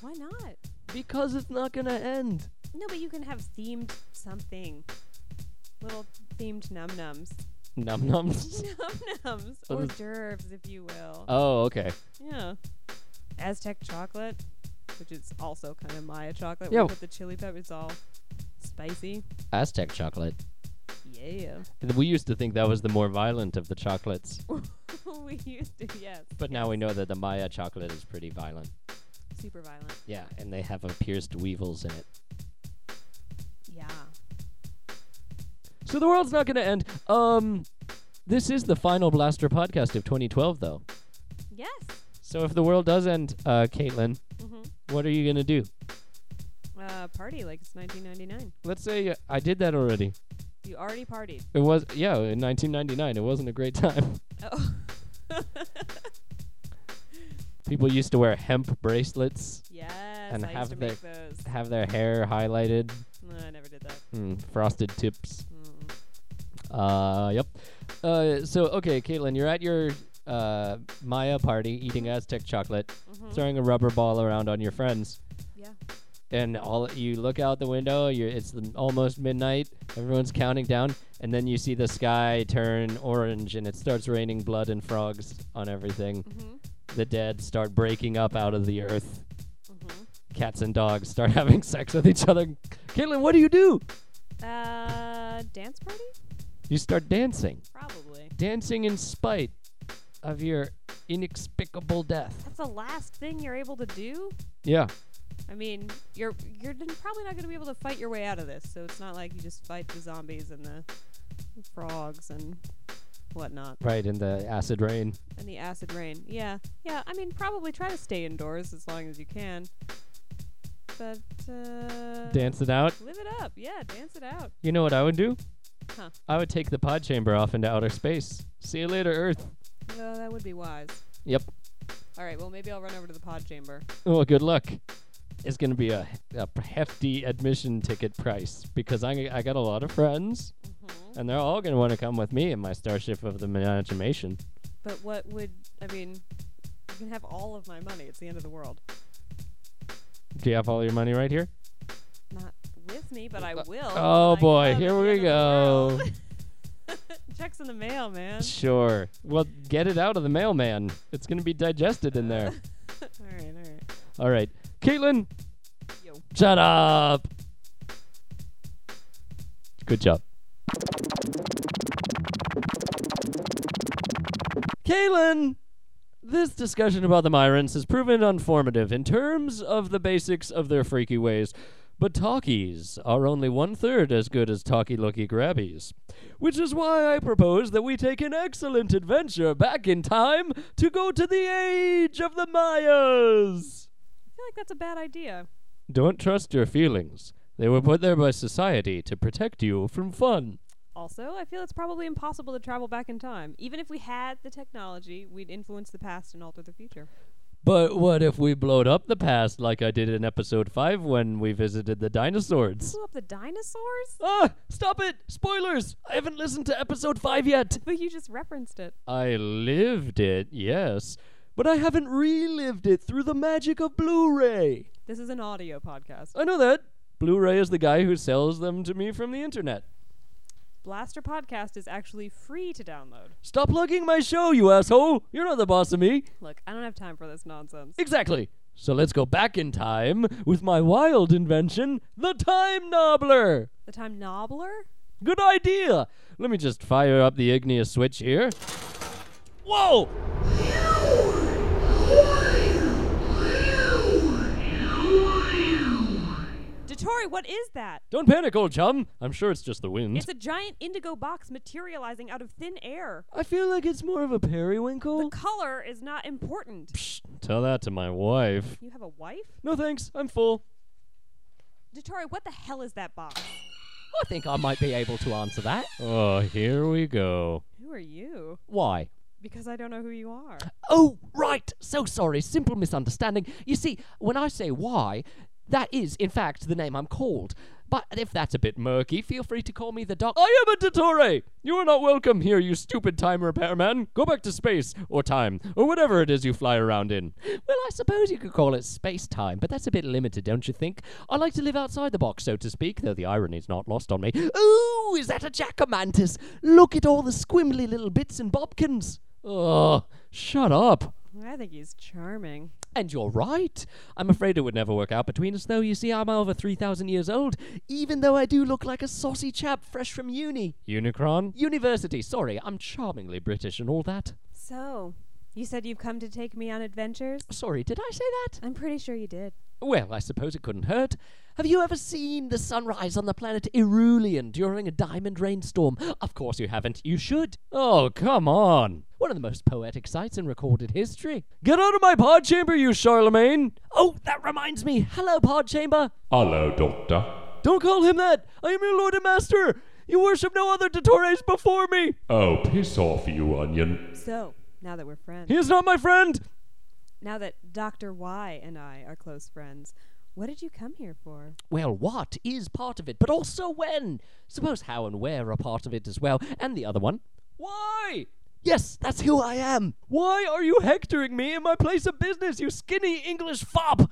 Speaker 3: Why not?
Speaker 2: Because it's not going to end.
Speaker 3: No, but you can have themed something. Little themed num nums.
Speaker 2: Num nums.
Speaker 3: Num nums.
Speaker 2: What
Speaker 3: Hors
Speaker 2: is-
Speaker 3: d'oeuvres, if you will.
Speaker 2: Oh, okay.
Speaker 3: yeah. Aztec chocolate, which is also kind of Maya chocolate.
Speaker 2: Yeah.
Speaker 3: We put the chili pepper. It's all spicy.
Speaker 2: Aztec chocolate.
Speaker 3: Yeah.
Speaker 2: We used to think that was the more violent of the chocolates,
Speaker 3: we used to, yes.
Speaker 2: but now we know that the Maya chocolate is pretty violent.
Speaker 3: Super violent.
Speaker 2: Yeah, and they have uh, pierced weevils in it.
Speaker 3: Yeah.
Speaker 2: So the world's not going to end. Um, this is the final Blaster podcast of 2012, though.
Speaker 3: Yes.
Speaker 2: So if the world does end, uh, Caitlin,
Speaker 3: Mm-hmm.
Speaker 2: what are you going to do?
Speaker 3: Uh, party like it's 1999.
Speaker 2: Let's say uh, I did that already.
Speaker 3: You already partied.
Speaker 2: It was yeah, in 1999. It wasn't a great time.
Speaker 3: Oh.
Speaker 2: People used to wear hemp bracelets,
Speaker 3: yes.
Speaker 2: And
Speaker 3: I
Speaker 2: have
Speaker 3: used to
Speaker 2: the-
Speaker 3: make those.
Speaker 2: have their hair highlighted,
Speaker 3: No, I never did that.
Speaker 2: mm, frosted tips.
Speaker 3: Mm.
Speaker 2: Uh, yep. Uh, so okay, Caitlin, you're at your uh, Maya party, eating Aztec chocolate,
Speaker 3: Mhm.
Speaker 2: throwing a rubber ball around on your friends.
Speaker 3: Yeah.
Speaker 2: and all you look out the window. You're, it's the- almost midnight. Everyone's counting down, and then you see the sky turn orange, and it starts raining blood and frogs on everything.
Speaker 3: Mm-hmm.
Speaker 2: The dead start breaking up out of the earth.
Speaker 3: Mm-hmm.
Speaker 2: Cats and dogs start having sex with each other. Caitlin, what do you do?
Speaker 3: Uh, dance party?
Speaker 2: You start dancing,
Speaker 3: Probably.
Speaker 2: dancing in spite of your inexplicable death.
Speaker 3: That's the last thing you're able to do.
Speaker 2: Yeah.
Speaker 3: I mean, you're you're n- probably not going to be able to fight your way out of this. So it's not like you just fight the zombies and the frogs and whatnot
Speaker 2: Right in the acid rain.
Speaker 3: and the acid rain. Yeah, yeah. I mean, probably try to stay indoors as long as you can. But uh,
Speaker 2: Dancing out.
Speaker 3: live it up. Yeah, dance it out.
Speaker 2: You know what I would do?
Speaker 3: Huh.
Speaker 2: I would take the pod chamber off into outer space. See you later, Earth.
Speaker 3: Well, that would be wise.
Speaker 2: Yep.
Speaker 3: All right. Well, maybe I'll run over to the pod chamber.
Speaker 2: Well, good luck. It's going to be a, a hefty admission ticket price because I, I got a lot of friends,
Speaker 3: hmm
Speaker 2: and they're all going to want to come with me in my Starship of the Imagination.
Speaker 3: But what would I mean? can have all of my money. It's the end of the world.
Speaker 2: Do you have all your money right here?
Speaker 3: Not with me, but I
Speaker 2: Uh,
Speaker 3: will. when
Speaker 2: oh
Speaker 3: I
Speaker 2: boy,
Speaker 3: come
Speaker 2: here
Speaker 3: to the
Speaker 2: we
Speaker 3: end of the
Speaker 2: go.
Speaker 3: world. Checks in the mail, man.
Speaker 2: Sure. Well, get it out of the mailman. It's going to be digested in there.
Speaker 3: all right, all right.
Speaker 2: All right. Caitlin,
Speaker 3: Yo.
Speaker 2: shut up. Good job. Caitlin, this discussion about the Myrans has proven informative in terms of the basics of their freaky ways, but talkies are only one third as good as talkie lookie grabbies. Which is why I propose that we take an excellent adventure back in time to go to the age of the Mayas.
Speaker 3: I feel like that's a bad idea.
Speaker 2: Don't trust your feelings. They were put there by society to protect you from fun.
Speaker 3: Also, I feel it's probably impossible to travel back in time. Even if we had the technology, we'd influence the past and alter the future.
Speaker 2: But what if we blowed up the past like I did in episode 5 when we visited the dinosaurs?
Speaker 3: Blew up the dinosaurs?
Speaker 2: Ah! Stop it! Spoilers! I haven't listened to episode 5 yet!
Speaker 3: But you just referenced it.
Speaker 2: I lived it, yes, but I haven't relived it through the magic of Blu ray!
Speaker 3: This is an audio podcast.
Speaker 2: I know that. Blu ray is the guy who sells them to me from the internet.
Speaker 3: Blaster Podcast is actually free to download.
Speaker 2: Stop plugging my show, you asshole! You're not the boss of me!
Speaker 3: Look, I don't have time for this nonsense.
Speaker 2: Exactly. So let's go back in time with my wild invention, the time knobbler.
Speaker 3: The time knobbler?
Speaker 2: Good idea. Let me just fire up the igneous switch here. Whoa!
Speaker 3: Dottori, what is that?
Speaker 2: Don't panic, old chum. I'm sure it's just the wind.
Speaker 3: It's a giant indigo box materializing out of thin air.
Speaker 2: I feel like it's more of a
Speaker 3: The Oh.
Speaker 2: periwinkle.
Speaker 3: color is not important.
Speaker 2: Psh, tell that to my wife.
Speaker 3: You have a wife?
Speaker 2: No thanks. I'm full.
Speaker 3: Dottori, what the hell is that box?
Speaker 5: I think I might be able to answer that.
Speaker 2: Oh, here we go.
Speaker 3: Who are you?
Speaker 5: Why?
Speaker 3: Because I don't know who you are.
Speaker 5: Oh, right. So sorry. Simple misunderstanding. You see, when I say why, that is, in fact, the name I'm called. But if that's a bit murky, feel free to call me the doc.
Speaker 2: I am a Dottore! You are not welcome here, you stupid time repairman. Go back to space, or time, or whatever it is you fly around in.
Speaker 5: Well, I suppose you could call it space time, but that's a bit limited, don't you think? I like to live outside the box, so to speak, though the irony's not lost on me. Ooh, is that a jacamantis? Look at all the squimbly little bits and bobkins.
Speaker 2: Ugh, shut up.
Speaker 3: I think he's charming.
Speaker 5: And you're right. I'm afraid it would never work out between us, though. You see, I'm over 3,000 years old, even though I do look like a saucy chap fresh from uni.
Speaker 2: Unicron?
Speaker 5: University, sorry, I'm charmingly British and all that.
Speaker 3: So, you said you've come to take me on adventures?
Speaker 5: Sorry, did I say that?
Speaker 3: I'm pretty sure you did.
Speaker 5: Well, I suppose it couldn't hurt. Have you ever seen the sunrise on the planet Irulian during a diamond rainstorm? Of course you haven't. You should.
Speaker 2: Oh, come on.
Speaker 5: One of the most poetic sights in recorded history.
Speaker 2: Get out of my pod chamber, you Charlemagne!
Speaker 5: Oh, that reminds me. Hello, Podchamber.
Speaker 6: Hello, Doctor.
Speaker 2: Don't call him that! I am your lord and master! You worship no other Dottores before me!
Speaker 6: Oh, piss off, you onion.
Speaker 3: So, now that we're friends,
Speaker 2: He is not my friend!
Speaker 3: now that Dr. Y and I are close friends, what did you come here for?
Speaker 5: Well, what is part of it, but also when? Suppose how and where are part of it as well, and the other one.
Speaker 2: Why?
Speaker 5: Yes, that's who I am.
Speaker 2: Why are you hectoring me in my place of business, you skinny English fop?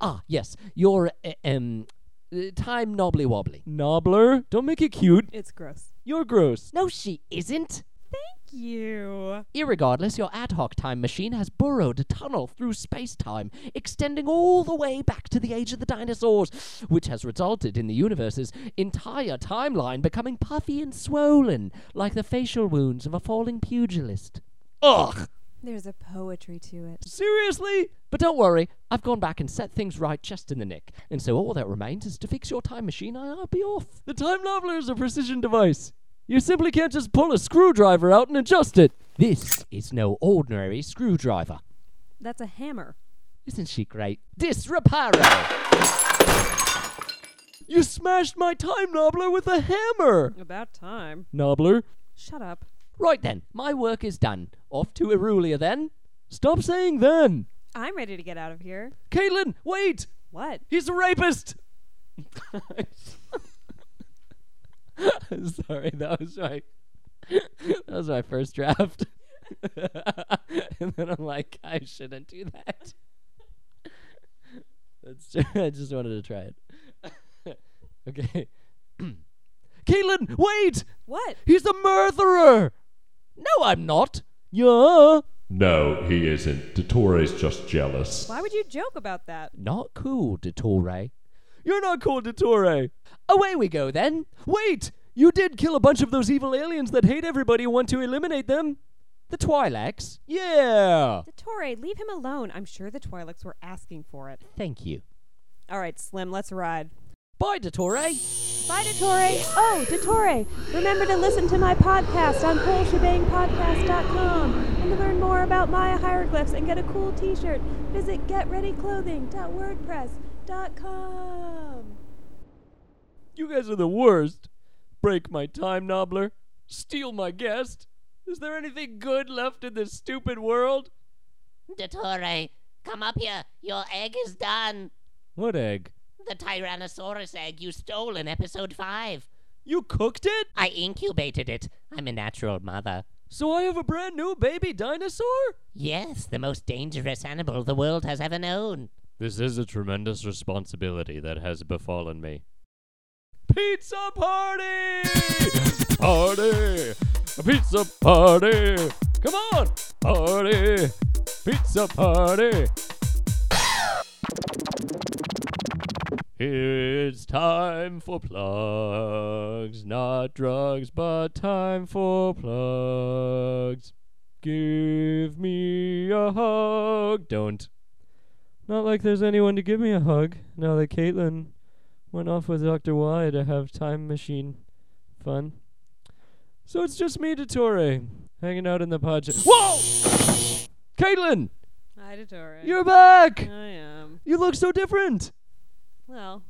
Speaker 5: Ah, yes, you're uh, um, uh, time knobbly wobbly.
Speaker 2: Nobbler, don't make it cute.
Speaker 3: It's gross.
Speaker 2: You're gross.
Speaker 5: No, she isn't.
Speaker 3: You.
Speaker 5: Irregardless, your ad hoc time machine has burrowed a tunnel through space time, extending all the way back to the age of the dinosaurs, which has resulted in the universe's entire timeline becoming puffy and swollen, like the facial wounds of a falling pugilist.
Speaker 2: Ugh!
Speaker 3: There's a poetry to it.
Speaker 2: Seriously?
Speaker 5: But don't worry, I've gone back and set things right just in the nick, and so all that remains is to fix your time machine and I'll be off.
Speaker 2: The time leveler is a precision device. You simply can't just pull a screwdriver out and adjust it.
Speaker 5: This is no ordinary screwdriver.
Speaker 3: That's a hammer.
Speaker 5: Isn't she great? Disreparo!
Speaker 2: You smashed my time knobbler with a hammer!
Speaker 3: About time.
Speaker 2: Knobbler,
Speaker 3: Shut up.
Speaker 5: Right then, my work is done. Off to Irulia then.
Speaker 2: stop saying then!
Speaker 3: I'm ready to get out of here.
Speaker 2: Caitlin, wait!
Speaker 3: What?
Speaker 2: He's a rapist! Sorry, that was my that was my first draft. and then I'm like, I shouldn't do that. That's ju- I just wanted to try it. okay. Caitlin, wait!
Speaker 3: What?
Speaker 2: He's the murderer! No, I'm not. Yeah.
Speaker 6: No, he isn't. Detore's just jealous.
Speaker 3: Why would you joke about that?
Speaker 2: Not cool, Detore. You're not cool, Detore. Away we go then. Wait! You did kill a bunch of those evil aliens that hate everybody and want to eliminate them. The Twi'leks. Yeah.
Speaker 3: The Torre, leave him alone. I'm sure the Twi'leks were asking for it.
Speaker 2: Thank you.
Speaker 3: All right, Slim, let's ride.
Speaker 2: Bye, Detore.
Speaker 3: Bye, Detore. Oh, Detore, remember to listen to my podcast on WholeShebangPodcast.com and to learn more about Maya hieroglyphs and get a cool T-shirt. Visit GetReadyClothing.wordpress.com.
Speaker 2: You guys are the worst. Break my time nobbler. Steal my guest. Is there anything good left in this stupid world?
Speaker 1: Dottore, come up here. Your egg is done.
Speaker 2: What egg?
Speaker 1: The Tyrannosaurus egg you stole in episode 5.
Speaker 2: You cooked it?
Speaker 1: I incubated it. I'm a natural mother.
Speaker 2: So I have a brand new baby dinosaur?
Speaker 1: Yes, the most dangerous animal the world has ever known.
Speaker 7: This is a tremendous responsibility that has befallen me.
Speaker 2: Pizza party!
Speaker 7: Party! Pizza party! Come on! Party! Pizza party! It's time for plugs, not drugs, but time for plugs. Give me a hug. Don't.
Speaker 2: Not like there's anyone to give me a hug now that Caitlin went off with Dr. Y to have time machine fun. So it's just me, Detore, hanging out in the pod. Whoa! Caitlin!
Speaker 3: Hi, Detore.
Speaker 2: You're back!
Speaker 3: I am.
Speaker 2: You look so different!
Speaker 3: Well,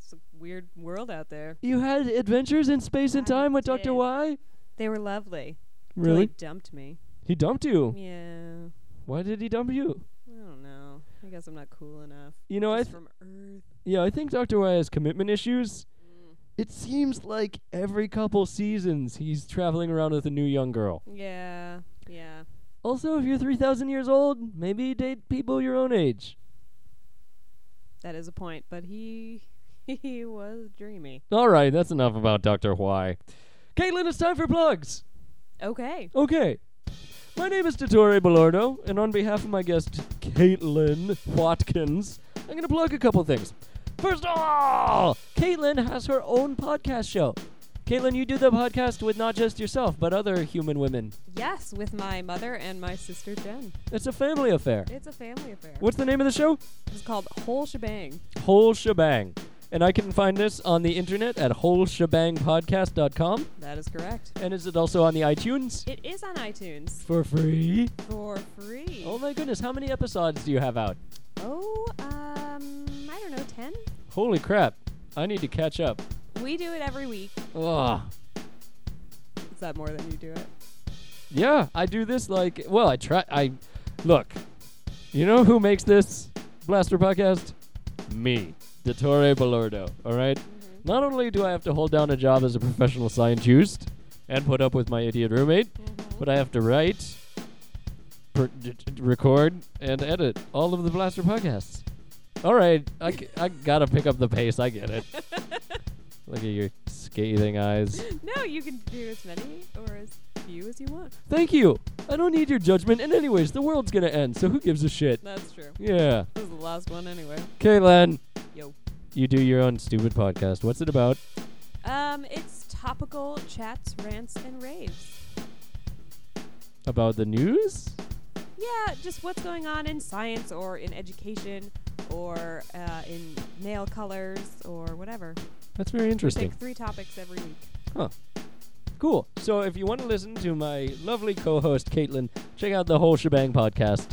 Speaker 3: it's a weird world out there.
Speaker 2: You had adventures in space and
Speaker 3: I
Speaker 2: time with
Speaker 3: did.
Speaker 2: Dr. Y?
Speaker 3: They were lovely. till
Speaker 2: Really?
Speaker 3: He dumped me.
Speaker 2: He dumped you.
Speaker 3: Yeah.
Speaker 2: Why did he dump you?
Speaker 3: I don't know. I guess I'm not cool enough.
Speaker 2: You know, I
Speaker 3: Just
Speaker 2: th-
Speaker 3: from Earth.
Speaker 2: yeah, I think Dr. Y has commitment issues.
Speaker 3: Mm.
Speaker 2: It seems like every couple seasons he's traveling around with a new young girl.
Speaker 3: Yeah. Yeah.
Speaker 2: Also, if you're 3,000 years old, maybe date people your own age.
Speaker 3: That is a point, but he he was dreamy.
Speaker 2: All right, that's enough about Dr. Why. Caitlin, it's time for plugs.
Speaker 3: Okay.
Speaker 2: Okay. My name is Dottore Bellardo, and on behalf of my guest, Caitlin Watkins, I'm going to plug a couple things. First of all, Caitlin has her own podcast show. Caitlin, you do the podcast with not just yourself, but other human women.
Speaker 3: Yes, with my mother and my sister Jen.
Speaker 2: It's a family affair.
Speaker 3: It's a family affair.
Speaker 2: What's the name of the show?
Speaker 3: It's called Whole Shebang.
Speaker 2: Whole Shebang. And I can find this on the internet at wholeshebangpodcast.com.
Speaker 3: That is correct.
Speaker 2: And is it also on the iTunes?
Speaker 3: It is on iTunes
Speaker 2: For free.
Speaker 3: for free.
Speaker 2: Oh my goodness, how many episodes do you have out?
Speaker 3: Oh, um, I don't know, 10?
Speaker 2: Holy crap. I need to catch up.
Speaker 3: We do it every week.
Speaker 2: Ugh.
Speaker 3: Is that more than you do it?
Speaker 2: Yeah, I do this like, well, I try, I, look, you know who makes this Blaster podcast? Me, Dottore Balordo, all right? Not only do I have to hold down a job as a professional scientist and put up with my idiot roommate, but I have to write, per, d- d- record, and edit all of the Blaster podcasts. All right, I, c- I gotta pick up the pace, I get it. Look at your scathing eyes.
Speaker 3: No, you can do as many or as few as you want.
Speaker 2: Thank you. I don't need your judgment. And anyways, the world's gonna end, so who gives a shit?
Speaker 3: That's true.
Speaker 2: Yeah.
Speaker 3: This is the last one anyway.
Speaker 2: Caitlin,
Speaker 3: Yo.
Speaker 2: you do your own stupid podcast. What's it about?
Speaker 3: Um, it's topical chats, rants, and raves.
Speaker 2: About the news?
Speaker 3: Yeah, just what's going on in science or in education or uh, in nail colors or whatever.
Speaker 2: That's very interesting.
Speaker 3: Pick three topics every week.
Speaker 2: Cool. So if you want to listen to my lovely co-host Caitlin, check out the Whole Shebang podcast,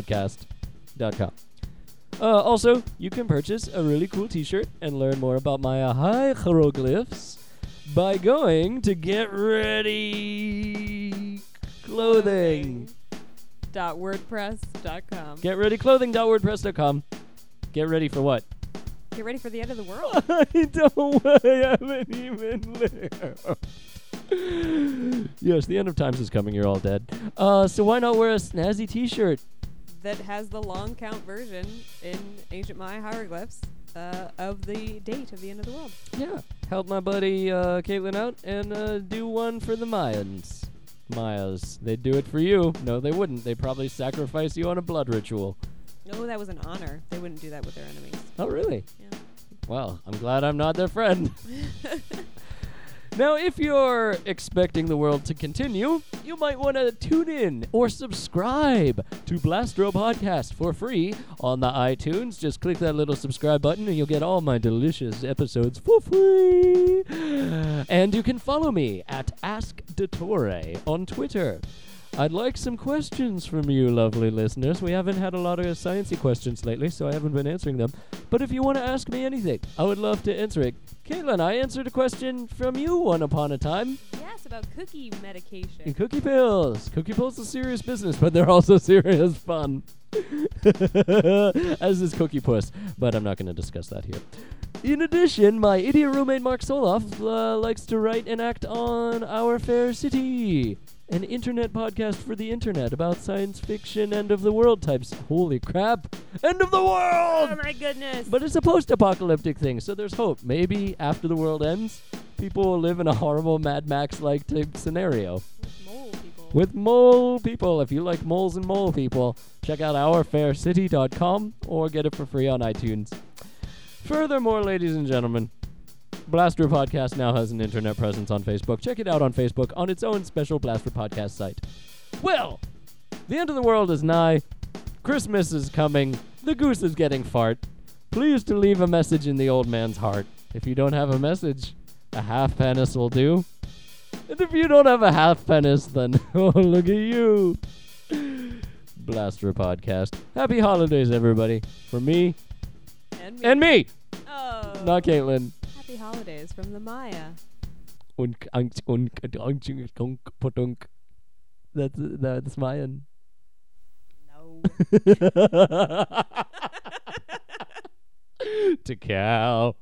Speaker 2: wholeshebangpodcast.com. Uh, also, you can purchase a really cool T-shirt and learn more about Maya hieroglyphs by going to Get Ready Clothing.
Speaker 3: Dot wordpress.com.
Speaker 2: Get Ready Clothing.wordpress.com. Get ready for what?
Speaker 3: Get ready for the end of the world.
Speaker 2: I don't. I haven't even lived. yes, the end of times is coming. You're all dead. Uh, so why not wear a snazzy T-shirt?
Speaker 3: that has the long count version in ancient Maya hieroglyphs uh, of the date of the end of the world.
Speaker 2: Yeah, help my buddy uh, Caitlin out and uh, do one for the Mayans. Mayas, they'd do it for you. No, they wouldn't. They probably sacrifice you on a blood ritual.
Speaker 3: No, that was an honor. They wouldn't do that with their enemies.
Speaker 2: Oh, really?
Speaker 3: Yeah.
Speaker 2: Well, I'm glad I'm not their friend. now, if you're expecting the world to continue, you might want to tune in or subscribe to Blastro Podcast for free on the iTunes. Just click that little subscribe button and you'll get all my delicious episodes for free. And you can follow me at Ask Detore on Twitter. I'd like some questions from you, lovely listeners. We haven't had a lot of sciencey questions lately, so I haven't been answering them. But if you want to ask me anything, I would love to answer it. Caitlin, I answered a question from you one upon a time.
Speaker 3: Yes, about cookie medication.
Speaker 2: And cookie pills. Cookie pills are serious business, but they're also serious fun. As is Cookie Puss, but I'm not going to discuss that here. In addition, my idiot roommate Mark Soloff uh, likes to write and act on Our Fair City, an internet podcast for the internet about science fiction, end of the world types. Holy crap! End of the world!
Speaker 3: Oh my goodness!
Speaker 2: But it's a post apocalyptic thing, so there's hope. Maybe after the world ends, people will live in a horrible Mad Max like type scenario.
Speaker 3: With mole people.
Speaker 2: With mole people, if you like moles and mole people, check out ourfaircity.com or get it for free on iTunes. Furthermore, ladies and gentlemen, Blaster Podcast now has an internet presence on Facebook. Check it out on Facebook on its own special Blaster Podcast site. Well, the end of the world is nigh. Christmas is coming. The goose is getting fart. Please to leave a message in the old man's heart. If you don't have a message, a half penis will do. And if you don't have a half penis, then oh look at you. Blaster podcast. Happy holidays, everybody. For me
Speaker 3: and me.
Speaker 2: and me,
Speaker 3: Oh.
Speaker 2: not Caitlin.
Speaker 3: Happy holidays from the Maya.
Speaker 2: Unk, unk, unk, unk, unk, unk, patunk. That's that's mine.
Speaker 3: No.
Speaker 2: to cow.